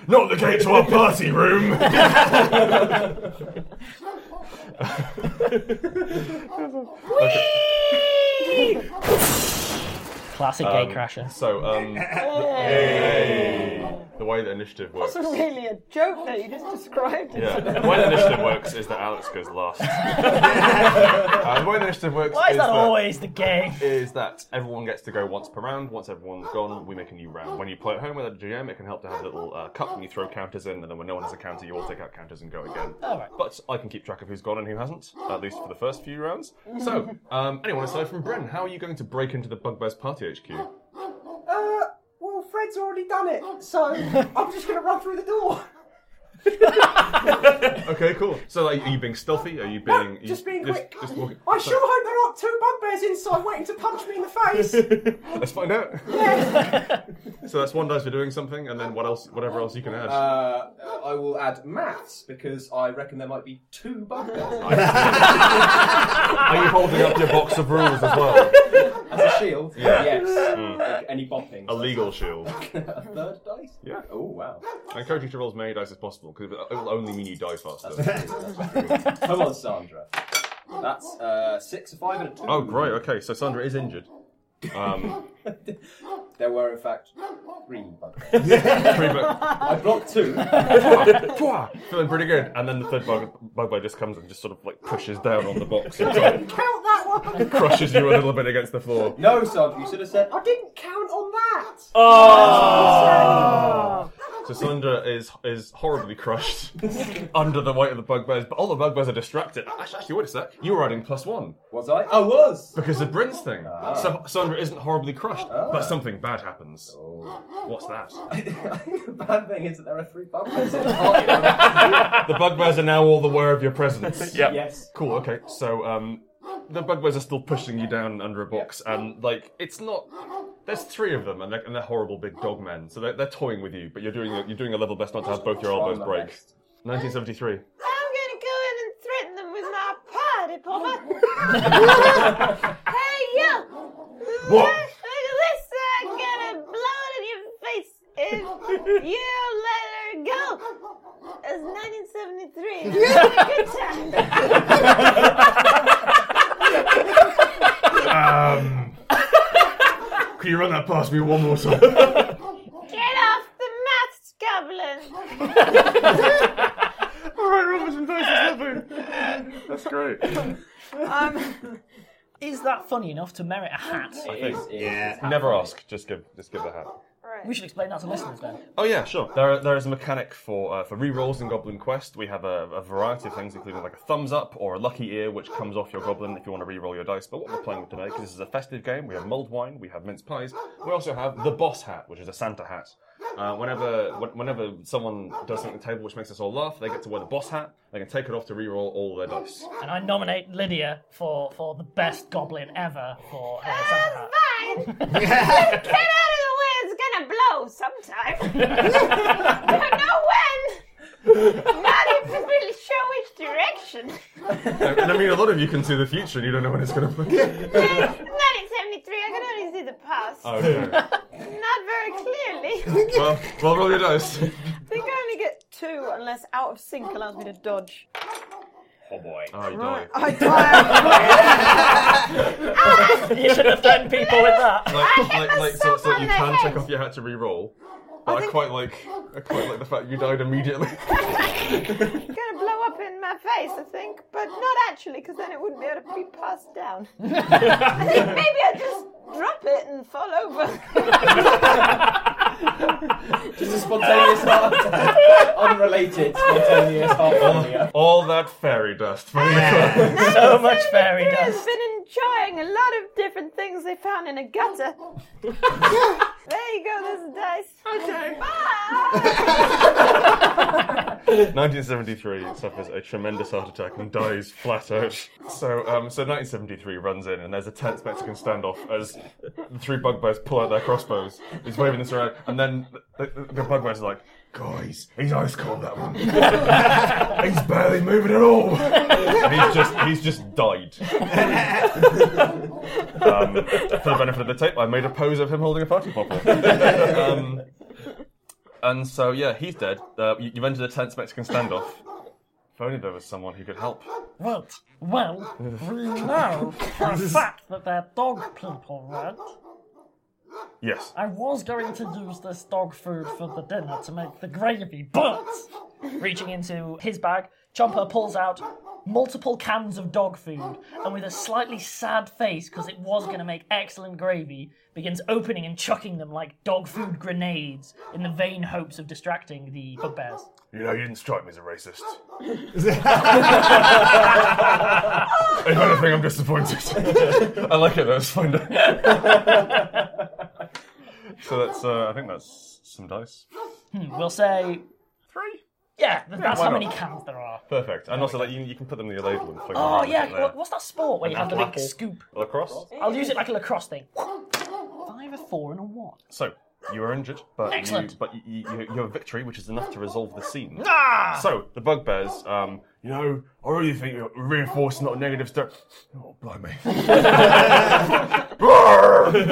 L: Not the gate to our party room.
B: Classic gate crasher.
C: So, um,
D: Hey.
C: Hey. the way that initiative works.
D: That's really a joke that you just described.
C: Yeah, the way the initiative works is that Alex goes last. uh, the way the initiative works
B: Why is that always
C: the game? Is that everyone gets to go once per round. Once everyone's gone, we make a new round. When you play at home with a GM, it can help to have a little uh, cup and you throw counters in, and then when no one has a counter, you all take out counters and go again.
B: Alright.
C: But I can keep track of who's gone and who hasn't, at least for the first few rounds. So, um, anyone aside from Bryn, how are you going to break into the Bugbear's Party HQ?
K: Uh, well, Fred's already done it, so I'm just going to run through the door.
C: okay, cool. So, like, are you being stealthy? Are you being you-
K: just being quick.
C: Just walking.
K: I sure hope there aren't two bugbears inside waiting to punch me in the face.
C: Let's find out. so that's one dice for doing something, and then what else? Whatever else you can add.
G: Uh, I will add maths because I reckon there might be two bugbears.
C: Are you holding up your box of rules as well?
G: As a shield?
C: Yeah.
G: Yes.
C: Mm.
G: Like any bopping.
C: A legal shield.
G: A third dice?
C: Yeah.
G: Oh, wow.
C: I encourage you to roll as many dice as possible because it will only mean you die faster.
G: Come on, Sandra. That's uh, six, a five, and a two.
C: oh, great. Okay, so Sandra is injured. Um,
G: There were, in fact, three bugbears.
C: three bu-
G: I blocked two.
C: Pwah, pwah, Ah, feeling pretty good, and then the third bug, bugbear just comes and just sort of like pushes down on the box and
K: Count that one.
C: crushes you a little bit against the floor.
G: No, Sandra, you should have said.
K: I didn't count on that.
C: Oh! So Sandra is is horribly crushed under the weight of the bugbears, but all the bugbears are distracted. Actually, actually, wait a sec. You were adding plus one.
G: Was I? Ah. I was.
C: Because of Bryn's thing. So Sandra isn't horribly crushed,
G: Ah.
C: but something bad happens.
G: Oh.
C: What's that?
G: the bad thing is that there are three bugbears.
C: the bugbears are now all aware of your presence.
G: Yep. Yes.
C: Cool. Okay. So um, the bugbears are still pushing you down under a box, and like it's not. There's three of them, and they're, and they're horrible big dog men. So they're, they're toying with you, but you're doing you're doing a level best not to have both your elbows
G: Trying my
C: break. 1973.
D: I'm going to go in and threaten them with my party popper. hey, you!
L: What?
D: Look at this, I'm going to blow it in your face if you let her go. It's 1973. Good time.
L: Um, can you run that past me one more time?
D: Get off the maths, goblin.
L: All right, Robinson versus That's great.
B: Um, is that funny enough to merit a hat?
C: I think. Never ask. Just give just give the hat.
B: We should explain that to listeners then.
C: Oh yeah, sure. There, are- there is a mechanic for uh, for rerolls in Goblin Quest. We have a, a variety of things, including like a thumbs up or a lucky ear, which comes off your goblin if you want to reroll your dice. But what we're playing with today, because this is a festive game, we have mulled wine, we have mince pies, we also have the boss hat, which is a Santa hat. Uh, whenever wh- whenever someone does something at the table which makes us all laugh, they get to wear the boss hat. They can take it off to reroll all their dice.
B: And I nominate Lydia for, for the best goblin ever for uh, her Santa hat.
D: Fine. Just get out of the way. It's going to blow sometime. Don't know when. Not if it will show which direction.
C: and I mean, a lot of you can see the future, and you don't know when it's going to.
D: 1973, I can only see the past.
C: Oh, Okay.
D: Not very clearly.
C: well, well, roll your dice.
D: I think I only get two unless out of sync allows me to dodge.
C: Oh boy. Oh, you die.
D: Right. I die.
B: You shouldn't have threatened people with that.
C: like, like, like so, so you can take off your hat to re-roll. But I, quite like, I quite like the fact you died immediately.
D: It's gonna blow up in my face, I think, but not actually, because then it wouldn't be able to be passed down. I think maybe I just drop it and fall over.
G: Just a spontaneous heart attack. Unrelated spontaneous heart failure.
C: All that fairy dust from the
B: So much fairy
D: I've
B: dust.
D: been enjoying a lot of different things they found in a gutter. there you go, there's a dice. Okay. Bye.
C: 1973 suffers a tremendous heart attack and dies flat out. So, um, so 1973 runs in, and there's a tense Mexican standoff as the three bugbears pull out their crossbows. He's waving this around, and then the, the, the bugbears are like, "Guys, he's ice cold that one. he's barely moving at all. And he's just he's just died." um, for the benefit of the tape, I made a pose of him holding a party popper. um, and so, yeah, he's dead. Uh, you, you've entered a tense Mexican standoff. If only there was someone who could help.
B: Right. Well, we know for a fact that they're dog people, right?
C: Yes.
B: I was going to use this dog food for the dinner to make the gravy, but reaching into his bag, Chomper pulls out multiple cans of dog food and with a slightly sad face because it was going to make excellent gravy begins opening and chucking them like dog food grenades in the vain hopes of distracting the bugbears.
L: You know, you didn't strike me as a racist.
C: If anything, I'm disappointed. I like it though, it's fine. so that's, uh, I think that's some dice.
B: Hmm, we'll say
C: three.
B: Yeah, th-
C: Yeah,
B: that's
C: why
B: how
C: not?
B: many cans there are.
C: Perfect. And also, like, you, you can put them in your label and fling them
B: Oh
C: around
B: yeah,
C: there.
B: what- what's that sport where you
C: An
B: have the
C: apple.
B: big scoop?
C: Lacrosse.
B: I'll use it like a lacrosse thing. Five, a four, and a one.
C: So you were injured, but you,
B: Excellent.
C: but you, you, you have victory, which is enough to resolve the scene.
B: Ah!
C: So the bugbears, um, you know, I really think you're reinforcing not a negative step. Oh, blimey!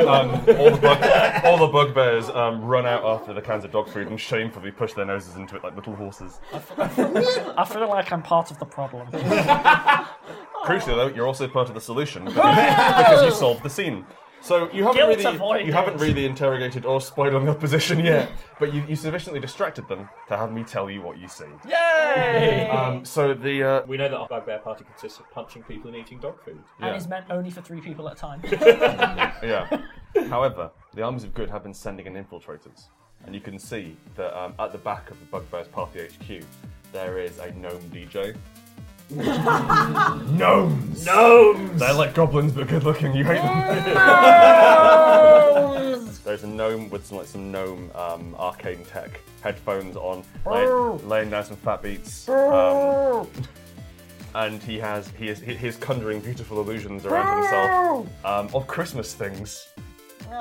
C: um, all, the bug, all the bugbears um, run out after the cans of dog food and shamefully push their noses into it like little horses.
B: I feel like I'm part of the problem.
C: Crucially, though, you're also part of the solution because, because you solved the scene. So you haven't
B: Oh, Guilt
C: really
B: avoided.
C: you haven't really interrogated or spied on the opposition yet, but you, you sufficiently distracted them to have me tell you what you see.
B: Yay!
C: Um, so the uh,
E: we know that our bugbear party consists of punching people and eating dog food.
B: And is meant only for three people at a time.
C: yeah. However, the armies of good have been sending in infiltrators, and you can see that um, at the back of the Bugbear's Party HQ, there is a gnome DJ. Gnomes.
E: Gnomes!
C: They're like goblins, but good looking. You hate them. There's a gnome with some like some gnome um, arcane tech headphones on, lay-
B: Oh.
C: laying down some fat beats. Um,
B: Oh.
C: and he has he is he he is conjuring beautiful illusions around himself um, of Christmas things.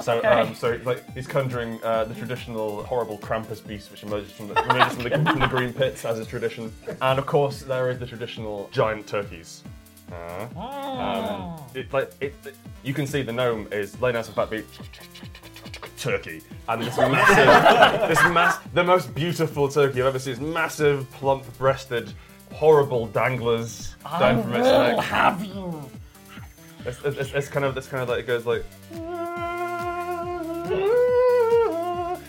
C: So,
B: Okay.
C: um, so like he's conjuring uh, the traditional horrible Krampus beast, which emerges from the, emerges from, the, from the green pits as a tradition, and of course there is the traditional giant turkeys. Uh,
B: Ah.
C: um, it, like it, it- you can see the gnome is laying out some fat beat. Turkey and this massive, this mass, the most beautiful turkey I've ever seen. This massive, plump-breasted, horrible danglers
B: I
C: down from its
B: will
C: neck.
B: have you.
C: It's, it's- it's- it's kind of this kind of like it goes like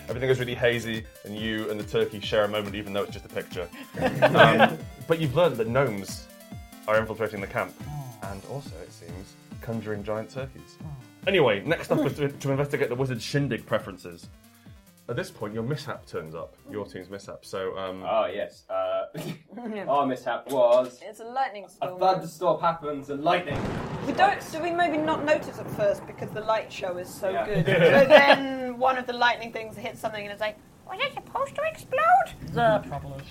C: everything goes really hazy, and you and the turkey share a moment, even though it's just a picture. um, but you've learned that gnomes are infiltrating the camp, and also it seems conjuring giant turkeys. Anyway, next up was to, to investigate the wizard's shindig preferences. At this point, your mishap turns up. Your team's mishap. So, um,
G: oh yes, uh, our mishap was
D: It's a lightning
G: a
D: storm.
G: thunderstorm happens and lightning.
D: We don't. Do we maybe not notice at first because the light show is so
G: Yeah.
D: good? but then one of the lightning things hits something and it's like, was it supposed to explode?
B: The problem.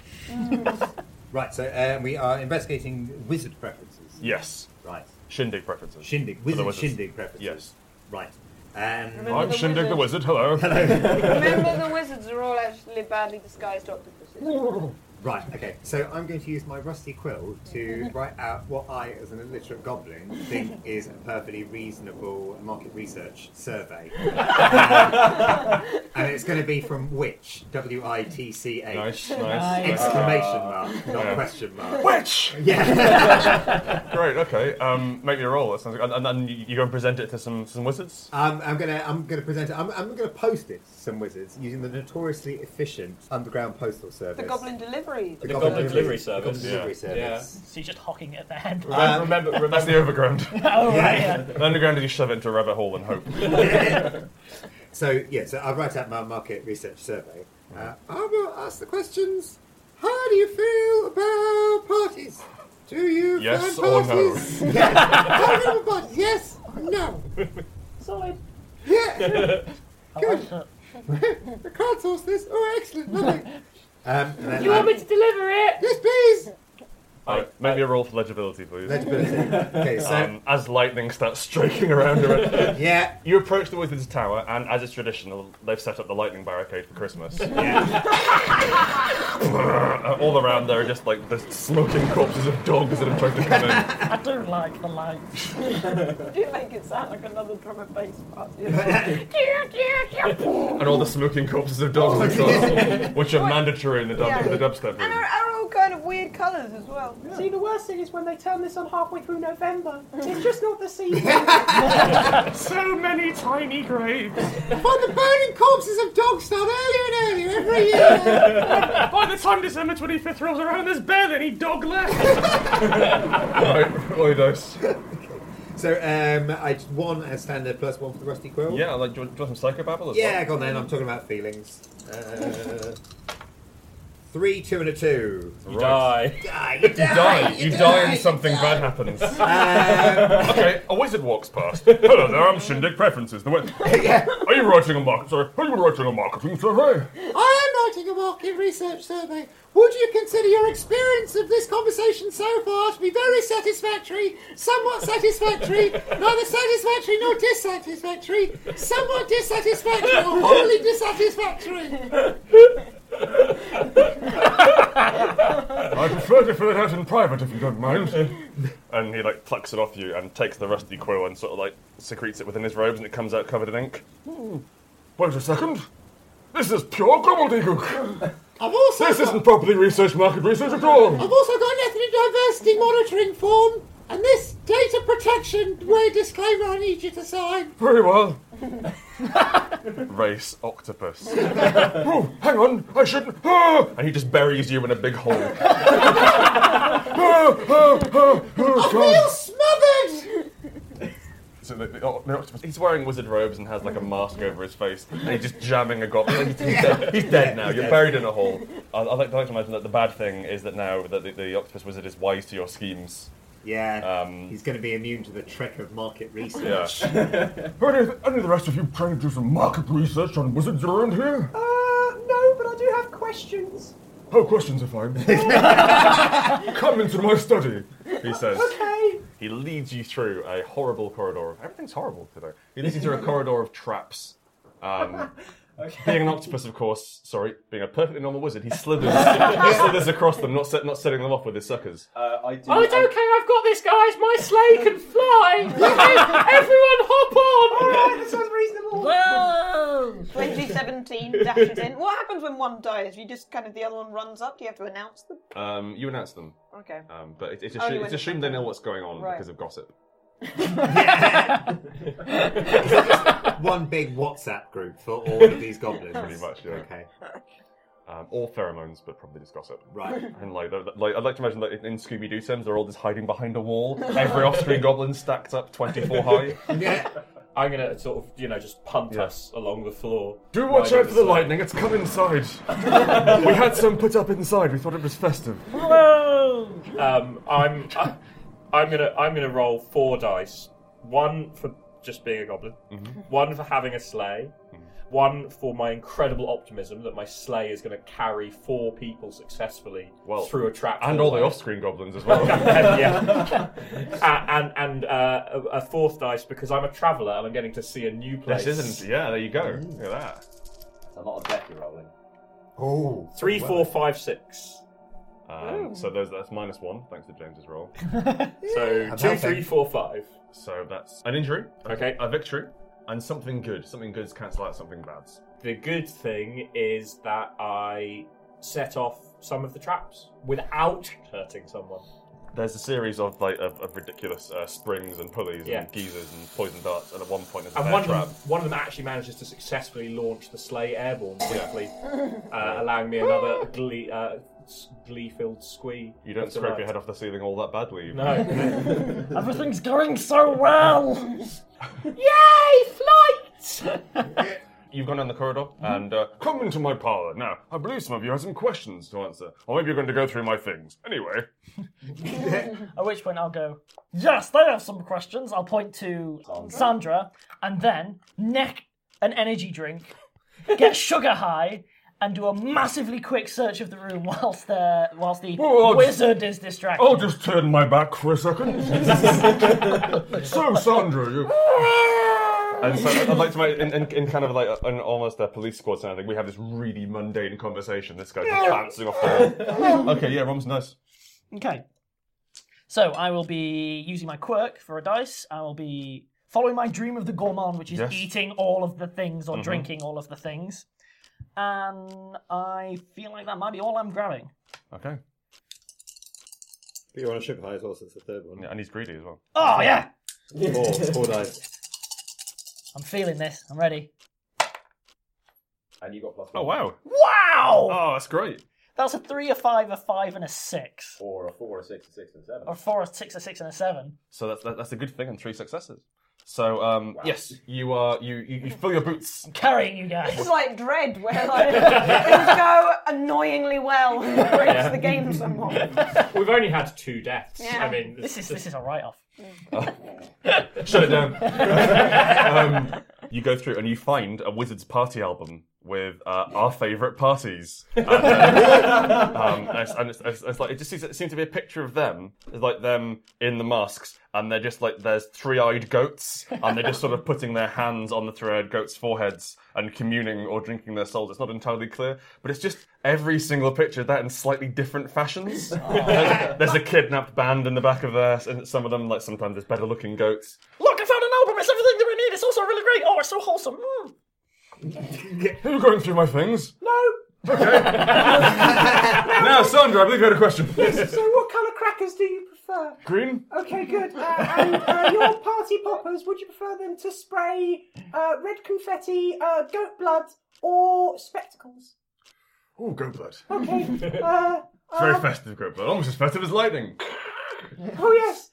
F: Right, so um, we are investigating wizard preferences.
C: yes,
F: right,
C: shindig preferences.
F: Shindig,
C: For the
F: wizard
C: wizards.
F: shindig preferences.
C: Yes.
F: Right. Um,
D: Remember I'm the Shindig the
C: wizard. Hello.
D: Remember, the wizards are all actually badly disguised octopuses.
F: Right, okay. So I'm going to use my rusty quill to write out what I, as an illiterate goblin, think is a perfectly reasonable market research survey. Um, and it's going to be from which? W I T C H.
C: Nice, nice.
F: Exclamation mark, not
C: Yeah.
F: question mark.
C: Which?
F: Yeah.
C: Great. Okay. Um, make me a roll. That sounds good. And, and then you you go and present it to some some wizards.
F: Um, I'm gonna, I'm gonna present it. I'm, I'm gonna post it to some wizards using the notoriously efficient underground postal service.
D: the goblin delivery.
F: The goblin delivery-
E: delivery
F: the goblin
E: service,
F: delivery
E: yeah.
F: service. Um,
B: So you're just hocking it at the head.
C: Remember, remember, remember, that's the overground.
B: Oh, right, yeah.
C: The underground is you shove it into a rabbit hole and hope.
F: So yeah, so I write out my market research survey. Uh, I will ask the questions. How do you feel about parties? Do you
C: Yes
F: fan
C: or no?
F: parties? yes. How do you feel about parties? Yes. or No.
B: Solid.
F: Yeah. Good. I can't source this. Oh, excellent. Lovely. Um, and then
K: You want
F: I-
K: me to deliver it?
M: Yes, please.
C: Alright, make me a roll for legibility, please.
F: Legibility. Okay, so-
C: Um, as lightning starts striking around her.
F: yeah.
C: You approach the Wizard's Tower, and as is traditional, they've set up the lightning barricade for Christmas. Uh, All around there are just like the smoking corpses of dogs that have tried to come in.
B: I do like the lights.
D: you make it sound like another drum and bass party.
C: And all the smoking corpses of dogs, of course, which are mandatory in the, dub- in the dubstep room.
D: Are all kind of weird colours as well.
K: See, the worst thing is when they turn this on halfway through November. It's just not the season.
M: so many tiny graves. Find the burning corpses of dogs start earlier and earlier every year.
N: By the time December 25th rolls around, there's barely any dog left.
C: Alright, roll your dice.
F: So um, I just one as standard plus one for the rusty quill.
C: Yeah, like, do you want, do you want some psychobabble? as
F: Yeah,
C: well?
F: go on then. I'm talking about feelings. Uh, three, two, and a two.
C: You die.
F: die.
C: You die. You die, and something bad happens.
F: Uh,
C: okay, a wizard walks past. Hello there, I'm Shindig Preferences. The win- Are you writing a market? Sorry, are you writing a marketing survey?
M: I am writing a market research survey. Would you consider your experience of this conversation so far to be very satisfactory, somewhat satisfactory, neither satisfactory nor dissatisfactory, somewhat dissatisfactory or wholly dissatisfactory?
C: I prefer to fill it out in private if you don't mind. and he like plucks it off you and takes the rusty quill and sort of like secretes it within his robes and it comes out covered in ink. Wait a second. This is pure gobbledygook.
M: I've also
C: This
M: got-
C: isn't properly researched market research at all.
M: I've also got an ethnic diversity monitoring form, and this data protection where disclaimer I need you to sign.
C: Very well. Race octopus. oh, hang on, I shouldn't. Ah! And he just buries you in a big hole. Ah, ah, ah, ah, God.
M: I feel smothered!
C: So the, the, oh, the octopus, he's wearing wizard robes and has like a mask over his face, and he's just jamming a goblin. He's, he's dead. He's dead now.
F: He's
C: You're
F: dead.
C: buried in a hole. I, I, like, I like to imagine that the bad thing is that now that the, the octopus wizard is wise to your schemes. Um,
F: Yeah. He's going to be immune to the trick of market research.
C: Yeah. Are any, any of the rest of you trying to do some market research on wizards around here?
K: no, but I do have questions.
C: Oh, questions are fine. Come into my study, he says.
K: Okay.
C: He leads you through a horrible corridor. of- Everything's horrible today. He leads you through a corridor of traps. Um, Being an octopus, of course. Sorry, being a perfectly normal wizard, he slithers, he slithers across them, not set, not setting them off with his suckers.
G: Uh, I do.
N: oh, it's okay, I've got this, guys. My sleigh can fly. Okay, Everyone hop on.
D: Alright, that sounds reasonable. 2017
B: Whoa!
D: dashes in. What happens when one dies? You just kind of the other one runs up. Do you have to announce them?
C: Um, you announce them.
D: Okay.
C: Um, but it, it's,
D: Only
C: assumed,
D: when
C: it's
D: it's
C: assumed they know what's going on
D: Right.
C: because of gossip.
F: One big WhatsApp group for all of these goblins.
C: Pretty much, yeah.
F: Okay.
C: Um, all pheromones, but probably just gossip.
F: Right.
C: And like, they're- like I'd like to imagine that in, in Scooby Doo terms, they're all just hiding behind a wall. Every off-screen goblin stacked up twenty-four high.
E: I'm gonna sort of, you know, just punt us along the floor.
C: Do watch
E: Right
C: out for the
E: over
C: lightning, it's come inside. we had some put up inside, we thought it was festive.
B: Whoa!
E: Um, I'm, I, I'm gonna, I'm gonna roll four dice. One for just being a goblin.
C: Mm-hmm.
E: One for having a sleigh. One for my incredible optimism that my sleigh is going to carry four people successfully through a trap.
C: And all the
E: doorway.
C: off screen goblins as well.
E: yeah. Uh, and and uh, a, a fourth dice because I'm a traveller and I'm getting to see a new place.
C: This isn't- yeah, there you go. Look at that.
E: It's a lot of deck you're rolling.
F: Oh.
E: Three, four, five, six.
C: Um, so those, that's minus one, thanks to James's roll.
E: So
C: I'm
E: two,
C: helping.
E: three, four, five.
C: So that's an injury, okay, a victory, and something good. Something good's cancel out something bad's.
E: The good thing is that I set off some of the traps without hurting someone.
C: There's a series of like of, of ridiculous uh, springs and pulleys
E: Yeah.
C: and geezers and poison darts, and at one point there's a
E: And
C: bear
E: one of,
C: trap.
E: them, one of them actually manages to successfully launch the sleigh airborne quickly, uh, allowing me another glee, uh, s- glee-filled squee.
C: You don't
E: of
C: scrape your
E: delight.
C: head off the ceiling all that badly.
E: No.
B: Everything's going so well.
N: Yay, flight!
C: You've gone down the corridor and uh, come into my parlor now. I believe some of you have some questions to answer, or maybe you're going to go through my things. Anyway,
B: At which point I'll go, yes, they have some questions. I'll point to Sandra, and then neck an energy drink, get sugar high, and do a massively quick search of the room whilst the whilst the
L: Well, Oh, I'll just-
B: wizard is distracted.
L: I'll just turn my back for a second. so, Sandra, you.
C: And so I'd like to make, in, in, in kind of like an almost a police squad sound thing, we have this really mundane conversation. This guy's just bouncing off the wall. Okay, yeah, Rom's nice.
B: Okay. So I will be using my quirk for a dice. I will be following my dream of the gourmand, which is
C: Yes.
B: eating all of the things or
L: Mm-hmm.
C: Mhm.
B: drinking all of the things. And I feel like that might be all I'm grabbing.
C: Okay.
F: But you're on a sugar high as well, so it's the third one.
C: Yeah, and he's greedy as well.
B: Oh, yeah.
F: Four, four dice.
B: I'm feeling this. I'm ready.
G: And you got plus
C: Oh, wow.
B: Wow!
C: Oh, that's great.
B: That's a three, a five, a five, and a six.
G: Or a four, a six, a six, and a seven.
B: Or four, a six, a six, and a seven.
C: So that's that, that's a good thing and three successes. So um, yes, you are you, you you fill your boots.
B: Carrying you guys.
D: This is like Dread, where like, things go annoyingly well and it breaks
E: Yeah.
D: the game somewhat.
E: We've only had two deaths.
D: Yeah.
E: I mean,
B: This is this is a write off.
C: Uh, Shut it down. um, you go through and you find a Wizards party album with uh, our favourite parties. And, uh, um, and it's, and it's, it's, it's like it just seems, it seems to be a picture of them, It's like them in the masks, and they're just like there's three-eyed goats, and they're just sort of putting their hands on the three-eyed goats' foreheads and communing or drinking their souls. It's not entirely clear, but it's just every single picture of that in slightly different fashions.
K: Oh.
C: There's, there's a kidnapped band in the back of there, and some of them like sometimes there's better-looking goats.
B: Look, I found an album. It's everything that we need. It's also really great. Oh, it's so wholesome. Mm.
L: Are you going through my things?
B: No.
L: Now, Sandra, I believe you had a question.
K: so, what colour crackers do you prefer?
L: Green?
K: Okay, good. Uh, and uh, your party poppers, would you prefer them to spray uh, red confetti, uh, goat blood, or spectacles?
L: Oh, goat blood.
K: Okay. Uh,
L: It's very
K: uh,
L: festive goat blood, almost as festive as lightning.
K: Oh yes,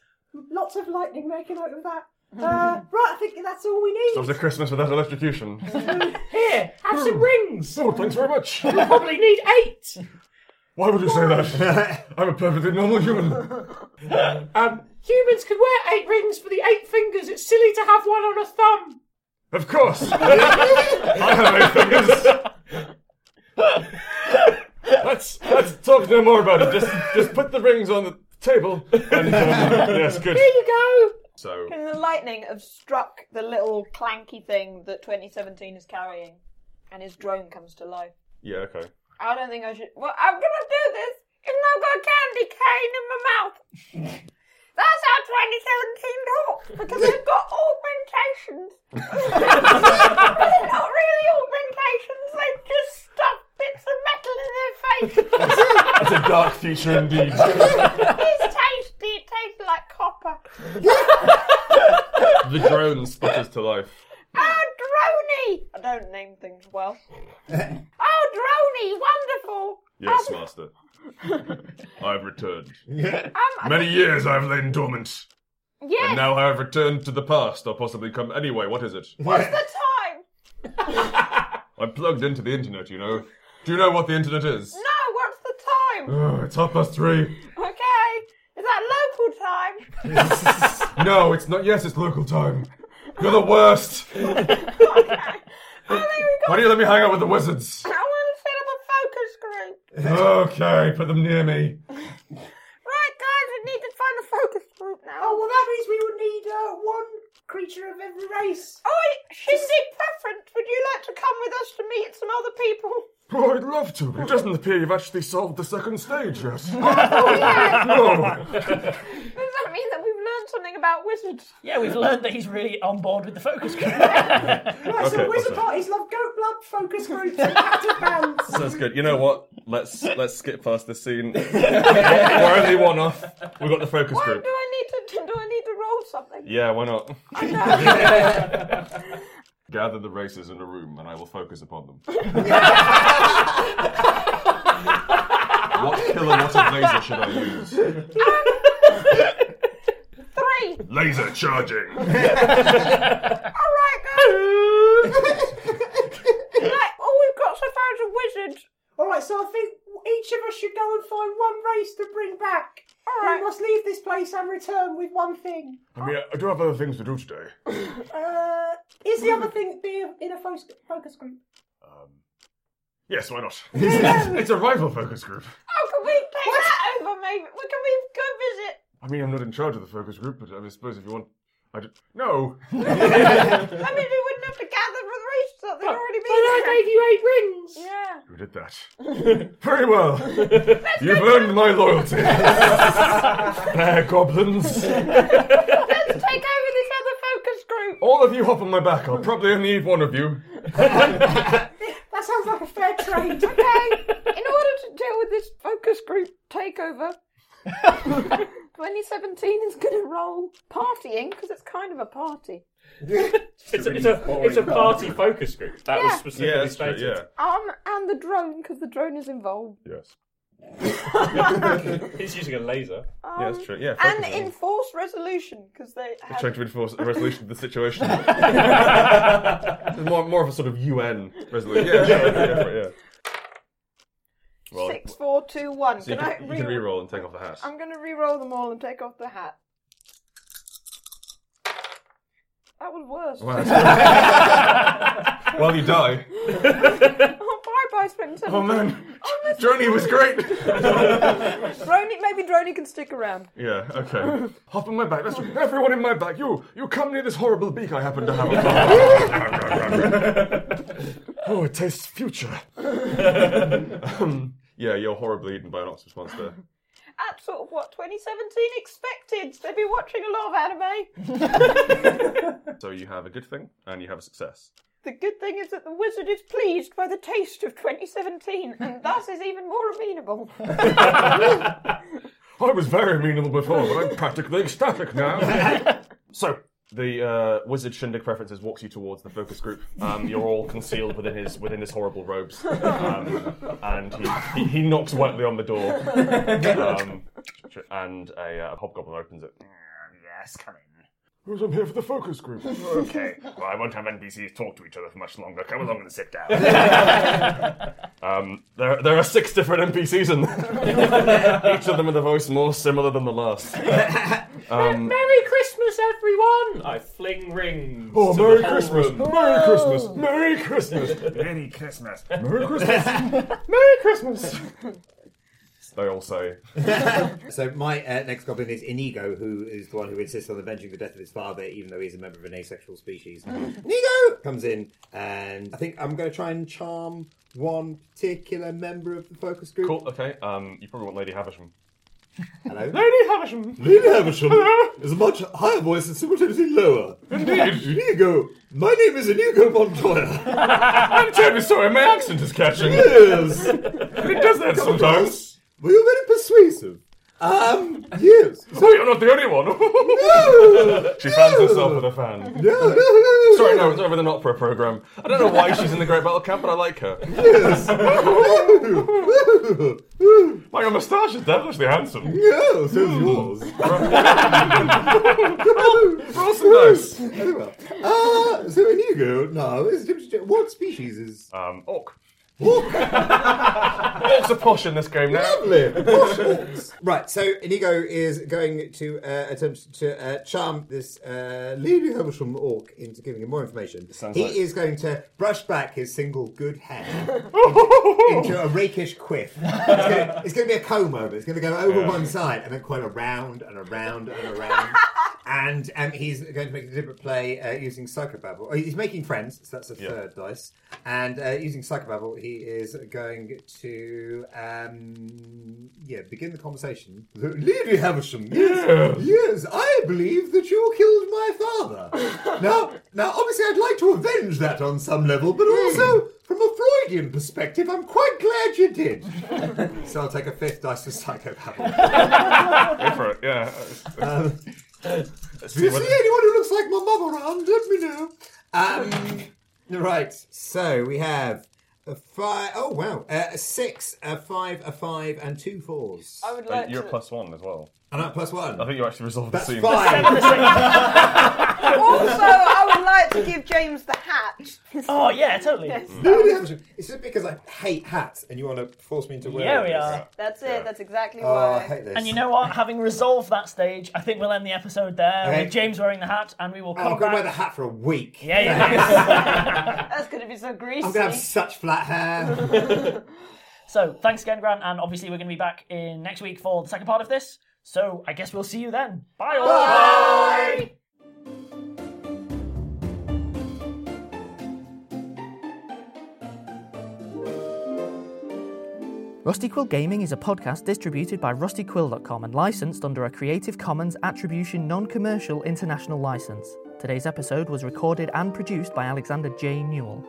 K: lots of lightning. Make a note of that. Uh, right, I think that's all we
L: So it
K: need.
L: was a Christmas without electrocution.
N: Here, have some rings.
L: Oh, thanks very much.
N: You'll probably need eight.
L: Why would you say that? I'm a perfectly normal human.
N: Um, humans could wear eight rings for the eight fingers. It's silly to have one on a thumb.
L: Of course. I have eight fingers. let's let's talk no more about it. Just just put the rings on the table. And, um, yes, good. Oh.
D: Here you
L: go. So
D: Can the lightning have struck the little clanky thing that 2017 is carrying, and his drone comes to life?
C: Yeah, okay.
D: I don't think I should. Well, I'm gonna do this. Even though I've got a candy cane in my mouth. That's how 2017 talks because I've got augmentations. They're not really augmentations. They just stuff bits of metal in their face.
L: That's a dark future indeed.
D: it's tasty. It tastes like copper.
C: The drone sputters to life.
D: Oh, drony! I don't name things well. oh, drony! Wonderful.
L: Yes, master. I've returned.
D: Um,
L: Many years I've lain dormant.
D: Yes.
L: And now I have returned to the past, or possibly come. Anyway, what is it?
D: What's the time?
L: I'm plugged into the internet, you know. Do you know what the internet is?
D: No, what's the time?
L: Ugh, it's half past three.
D: Okay. Is that local time?
L: No, it's not. Yes, it's local time. You're the worst. Why do you let me hang out with the wizards?
D: I want to set up a focus group.
L: Okay, put them near me.
D: Right, guys, we need to find a focus group now.
K: Oh well, that means we would need uh, one creature of every race.
D: Oi, Shindig Preference, would you like to come with us to meet some other people?
L: Oh, I'd love to, but it doesn't appear you've actually solved the second stage yet. Oh.
D: Does that mean that we've learned something about wizards?
B: Yeah, we've learned that he's really on board with the focus group.
K: Right,
C: Okay,
K: so wizard
C: awesome.
K: parties love goat blood, focus groups, and active bands.
C: Sounds good. You know what? Let's let's skip past this scene. We're only one off. We've got the focus
D: Why
C: group.
D: do I need to do I need to roll something?
C: Yeah, why not? Gather the races in a room, and I will focus upon them. what kilowatt of laser should I use?
D: Three.
L: Laser charging.
D: All right, guys. like, oh, we've got so far as a wizard.
K: All right, so I think each of us should go and find one race to bring back.
D: All right.
K: We must leave this place and return with one thing.
L: I mean, I do have other things to do today.
K: Uh, is the other thing being in a fo- focus group?
L: Yes, why not? it's a rival focus group.
D: How Oh, can we take that over, maybe? Well, can we go visit?
L: I mean, I'm not in charge of the focus group, but I suppose if you want, I d- no.
D: I mean, we wouldn't have to gather for the race that they'd already been
N: But I gave you eight rings.
D: Yeah.
L: Who did that? Very well. You've earned my loyalty. Fair goblins.
D: Let's take over this other focus group.
L: All of you hop on my back. I'll probably only need one of you.
D: That sounds like a fair trade. okay. In order to deal with this focus group takeover, 2017 is going to roll partying because it's kind of a party.
E: It's a, it's a, it's a party focus group. That was
D: Yeah.
E: specifically
L: Yeah, that's true,
E: stated.
D: Um, and the drone because the drone is involved.
L: Yes.
E: He's using a laser.
D: Um,
L: yeah, that's true. Yeah.
D: and
L: focus on-
D: enforce resolution because they
L: I'm
D: have.
L: trying to enforce a resolution to the situation. more, more of a sort of UN resolution. Yeah, yeah, yeah. yeah, yeah. Well,
D: Six, four, two, one.
L: so you
D: can,
L: can,
D: I
L: you can
D: re-
L: re-roll and take off the hat.
D: I'm going to re-roll them all and take off the hat. That was worse.
L: Wow, that's- well, you die.
D: oh, bye, bye, Spencer.
L: Oh man, Journey was great.
D: Droney, maybe Droney can stick around.
L: Yeah, okay. Hop on my back. That's everyone in my back. You, you come near this horrible beak I happen to have. on. oh, it tastes future. um, yeah, you're horribly eaten by an octopus monster.
D: At sort of what 2017 expected. They've been watching a lot of anime.
L: So you have a good thing and you have a success.
D: The good thing is that the wizard is pleased by the taste of 2017 and thus is even more amenable.
L: I was very amenable before, but I'm practically ecstatic now. so, the uh, wizard Shindig preferences walks you towards the focus group. Um, you're all concealed within his within his horrible robes, um, and he, he, he knocks lightly on the door, um, and a, uh, hobgoblin opens it.
O: Mm, Yes, come in.
L: Who's I'm here for the focus group.
O: Okay, well, I won't have NPCs talk to each other for much longer. Come along and sit down.
L: Um, there, there are six different NPCs in there. Each of them with a voice more similar than the last. Um,
N: Merry Christmas, everyone.
E: I fling rings.
L: Oh,
E: to the
L: Merry
E: whole
L: Christmas!
E: room.
L: Merry Christmas! Merry Christmas!
O: Merry Christmas.
L: Merry Christmas!
O: Merry Christmas.
L: they all say.
F: so my uh, next goblin is Inigo, who is the one who insists on avenging the death of his father, even though he's a member of an asexual species. Inigo comes in, and I think I'm going to try and charm one particular member of the focus group.
L: Cool, okay. Um, you probably want Lady Havisham.
F: Hello.
L: Lady Havisham!
M: Lady Havisham
F: is a much higher voice and simultaneously lower.
L: Indeed.
F: Inigo, my name is Inigo Montoya.
L: I'm terribly sorry, my accent is catching.
M: Yes.
L: it does that sometimes.
F: Well, you're very persuasive. Um, yes.
L: Oh, you're not the only one. she fans herself with a fan. Sorry, no, it's over the Opera program. I don't know why she's in the Great Battle Camp, but I like her. My your moustache is devilishly handsome. Mm.
F: Yeah, so is yours. Anyway, uh, so Inigo now is what species is
L: um orc. Orcs are posh in this game now.
F: Lovely. Posh orcs. Right, so Inigo is going to uh, attempt to uh, charm this uh, Lady Havisham orc into giving him more information. He
M: like-
F: is going to brush back his single good hair into a rakish quiff. It's going to be a comb over. It's going to go over
M: Yeah.
F: one side and then quite around and around and around. And um, he's going to make a deliberate play uh, using psychobabble. Oh, he's making friends, so that's a third dice. And uh, using psychobabble, he is going to um, yeah begin the conversation. Lady Havisham, yes, yes, I believe that you killed my father. now, now, obviously, I'd like to avenge that on some level, but
L: Hmm.
F: also from a Freudian perspective, I'm quite glad you did. so I'll take a fifth dice for psychobabble.
L: Go for it, yeah.
F: Um,
L: Let's
F: if you
L: see
F: see
L: what-
F: anyone who looks like my mother around, let me know. Um, right, so we have a five. Oh wow, uh, a six, a five, a five, and two fours.
D: I would
L: Uh,
D: like
L: you're
D: to.
L: at plus one as well.
F: And at plus one.
L: I think you actually resolved
F: That's
L: the scene.
D: also, I would like to give James the hat.
B: Oh, yeah, totally.
D: Yes.
F: No, no, no, it's just because I hate hats and you want to force me into wearing
B: Yeah, we
F: this.
B: are.
D: That's it. That's exactly
F: Oh, I
D: why.
F: hate this.
B: And you know what? Having resolved that stage, I think we'll end the episode there
F: Okay.
B: with James wearing the hat, and we will
F: Oh,
B: come
F: I'm going
B: back.
F: to wear the hat for a week.
B: Yeah, yeah.
D: That's going to be so greasy.
F: I'm going to have such flat hair.
B: so thanks again, Grant, and obviously we're going to be back in next week for the second part of this. So I guess we'll see you then. Bye. all.
N: Bye.
P: Rusty Quill Gaming is a podcast distributed by rustyquill.com and licensed under a Creative Commons Attribution Non Commercial International License. Today's episode was recorded and produced by Alexander J. Newell.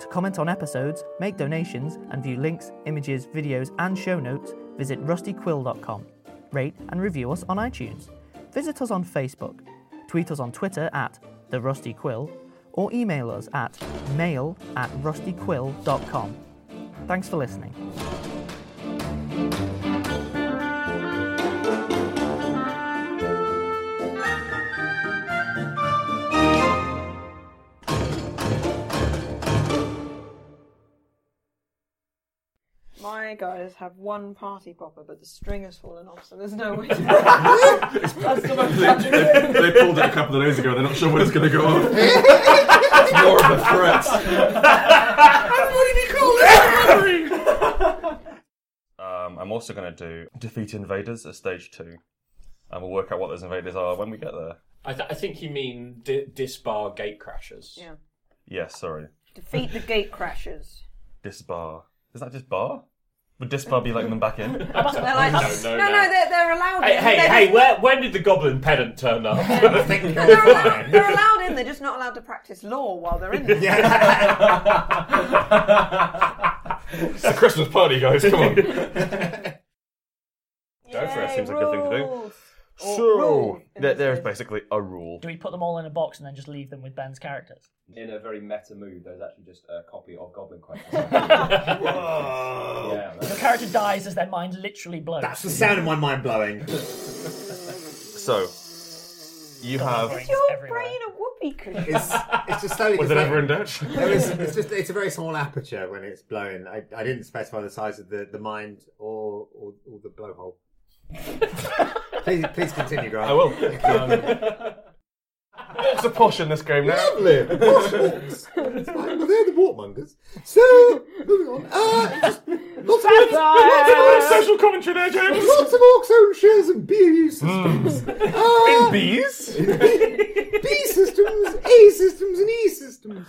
P: To comment on episodes, make donations, and view links, images, videos, and show notes, visit rustyquill.com. Rate and review us on iTunes. Visit us on Facebook. Tweet us on Twitter at the Rusty Quill, or email us at mail at rustyquill.com. Thanks for listening.
D: My guys have one party popper, but the string has fallen off, so there's no way. to... That's
L: they, they- they pulled it a couple of days ago. They're not sure when it's going to go off. it's more of a threat. Um, I'm also going to do defeat invaders at stage two, and we'll work out what those invaders are when we get there.
E: I, th- I think you mean di- disbar gate crashers.
D: Yeah.
L: Yes, sorry.
D: Defeat the gate crashers.
L: Disbar. Is that just bar? Would disbar be letting them back in?
D: They're like,
E: No,
D: no,
E: no,
D: no,
E: no.
D: they're, they're allowed
E: Hey,
D: in.
E: hey,
D: they're,
E: hey! Where, when did the goblin pedant turn up?
D: they're allowed in, they're just not allowed to practice law while they're in there.
L: it's a Christmas party, guys. Come on. Go for it.
B: Yay,
L: Seems like a good thing to do.
B: rules. Or
L: So
B: rule
L: there, there is basically a rule.
B: Do we put them all in a box and then just leave them with Ben's characters?
G: In a very meta move, there's actually just a copy of Goblin Quest. yeah,
B: If a character dies as their mind literally blows.
F: That's the sound of my mind blowing.
L: So you have.
D: Is your brain a whoopee cushion?
F: It's, it's just slowly.
L: Was it ever in Dutch?
F: No, it's, it's just it's a very small aperture when it's blowing. I, I didn't specify the size of the, the mind or or, or the blowhole. please please continue, Grant.
L: I will. Um, It's a posh in this game now.
F: Lovely. The posh walks. It's fine, but they're the wartmongers. So moving on. Uh, just lots, of orcs, lots of orcs-
L: social commentary there, James.
F: Lots of orcs own shares in BAU systems. Uh,
L: In bees?
F: in B, B systems, A systems, and E systems.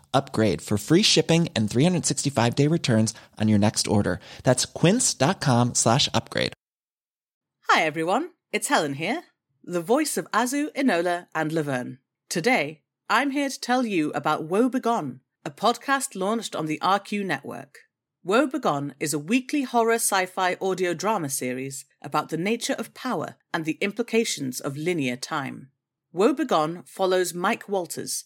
Q: upgrade for free shipping and 365 day returns on your next order. That's quince.com slash upgrade.
A: Hi everyone, it's Helen here, the voice of Azu, Enola, and Laverne. Today, I'm here to tell you about Woe Begone, a podcast launched on the RQ network. Woe Begone is a weekly horror sci fi audio drama series about the nature of power and the implications of linear time. Woe Begone follows Mike Walters,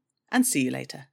A: and see you later.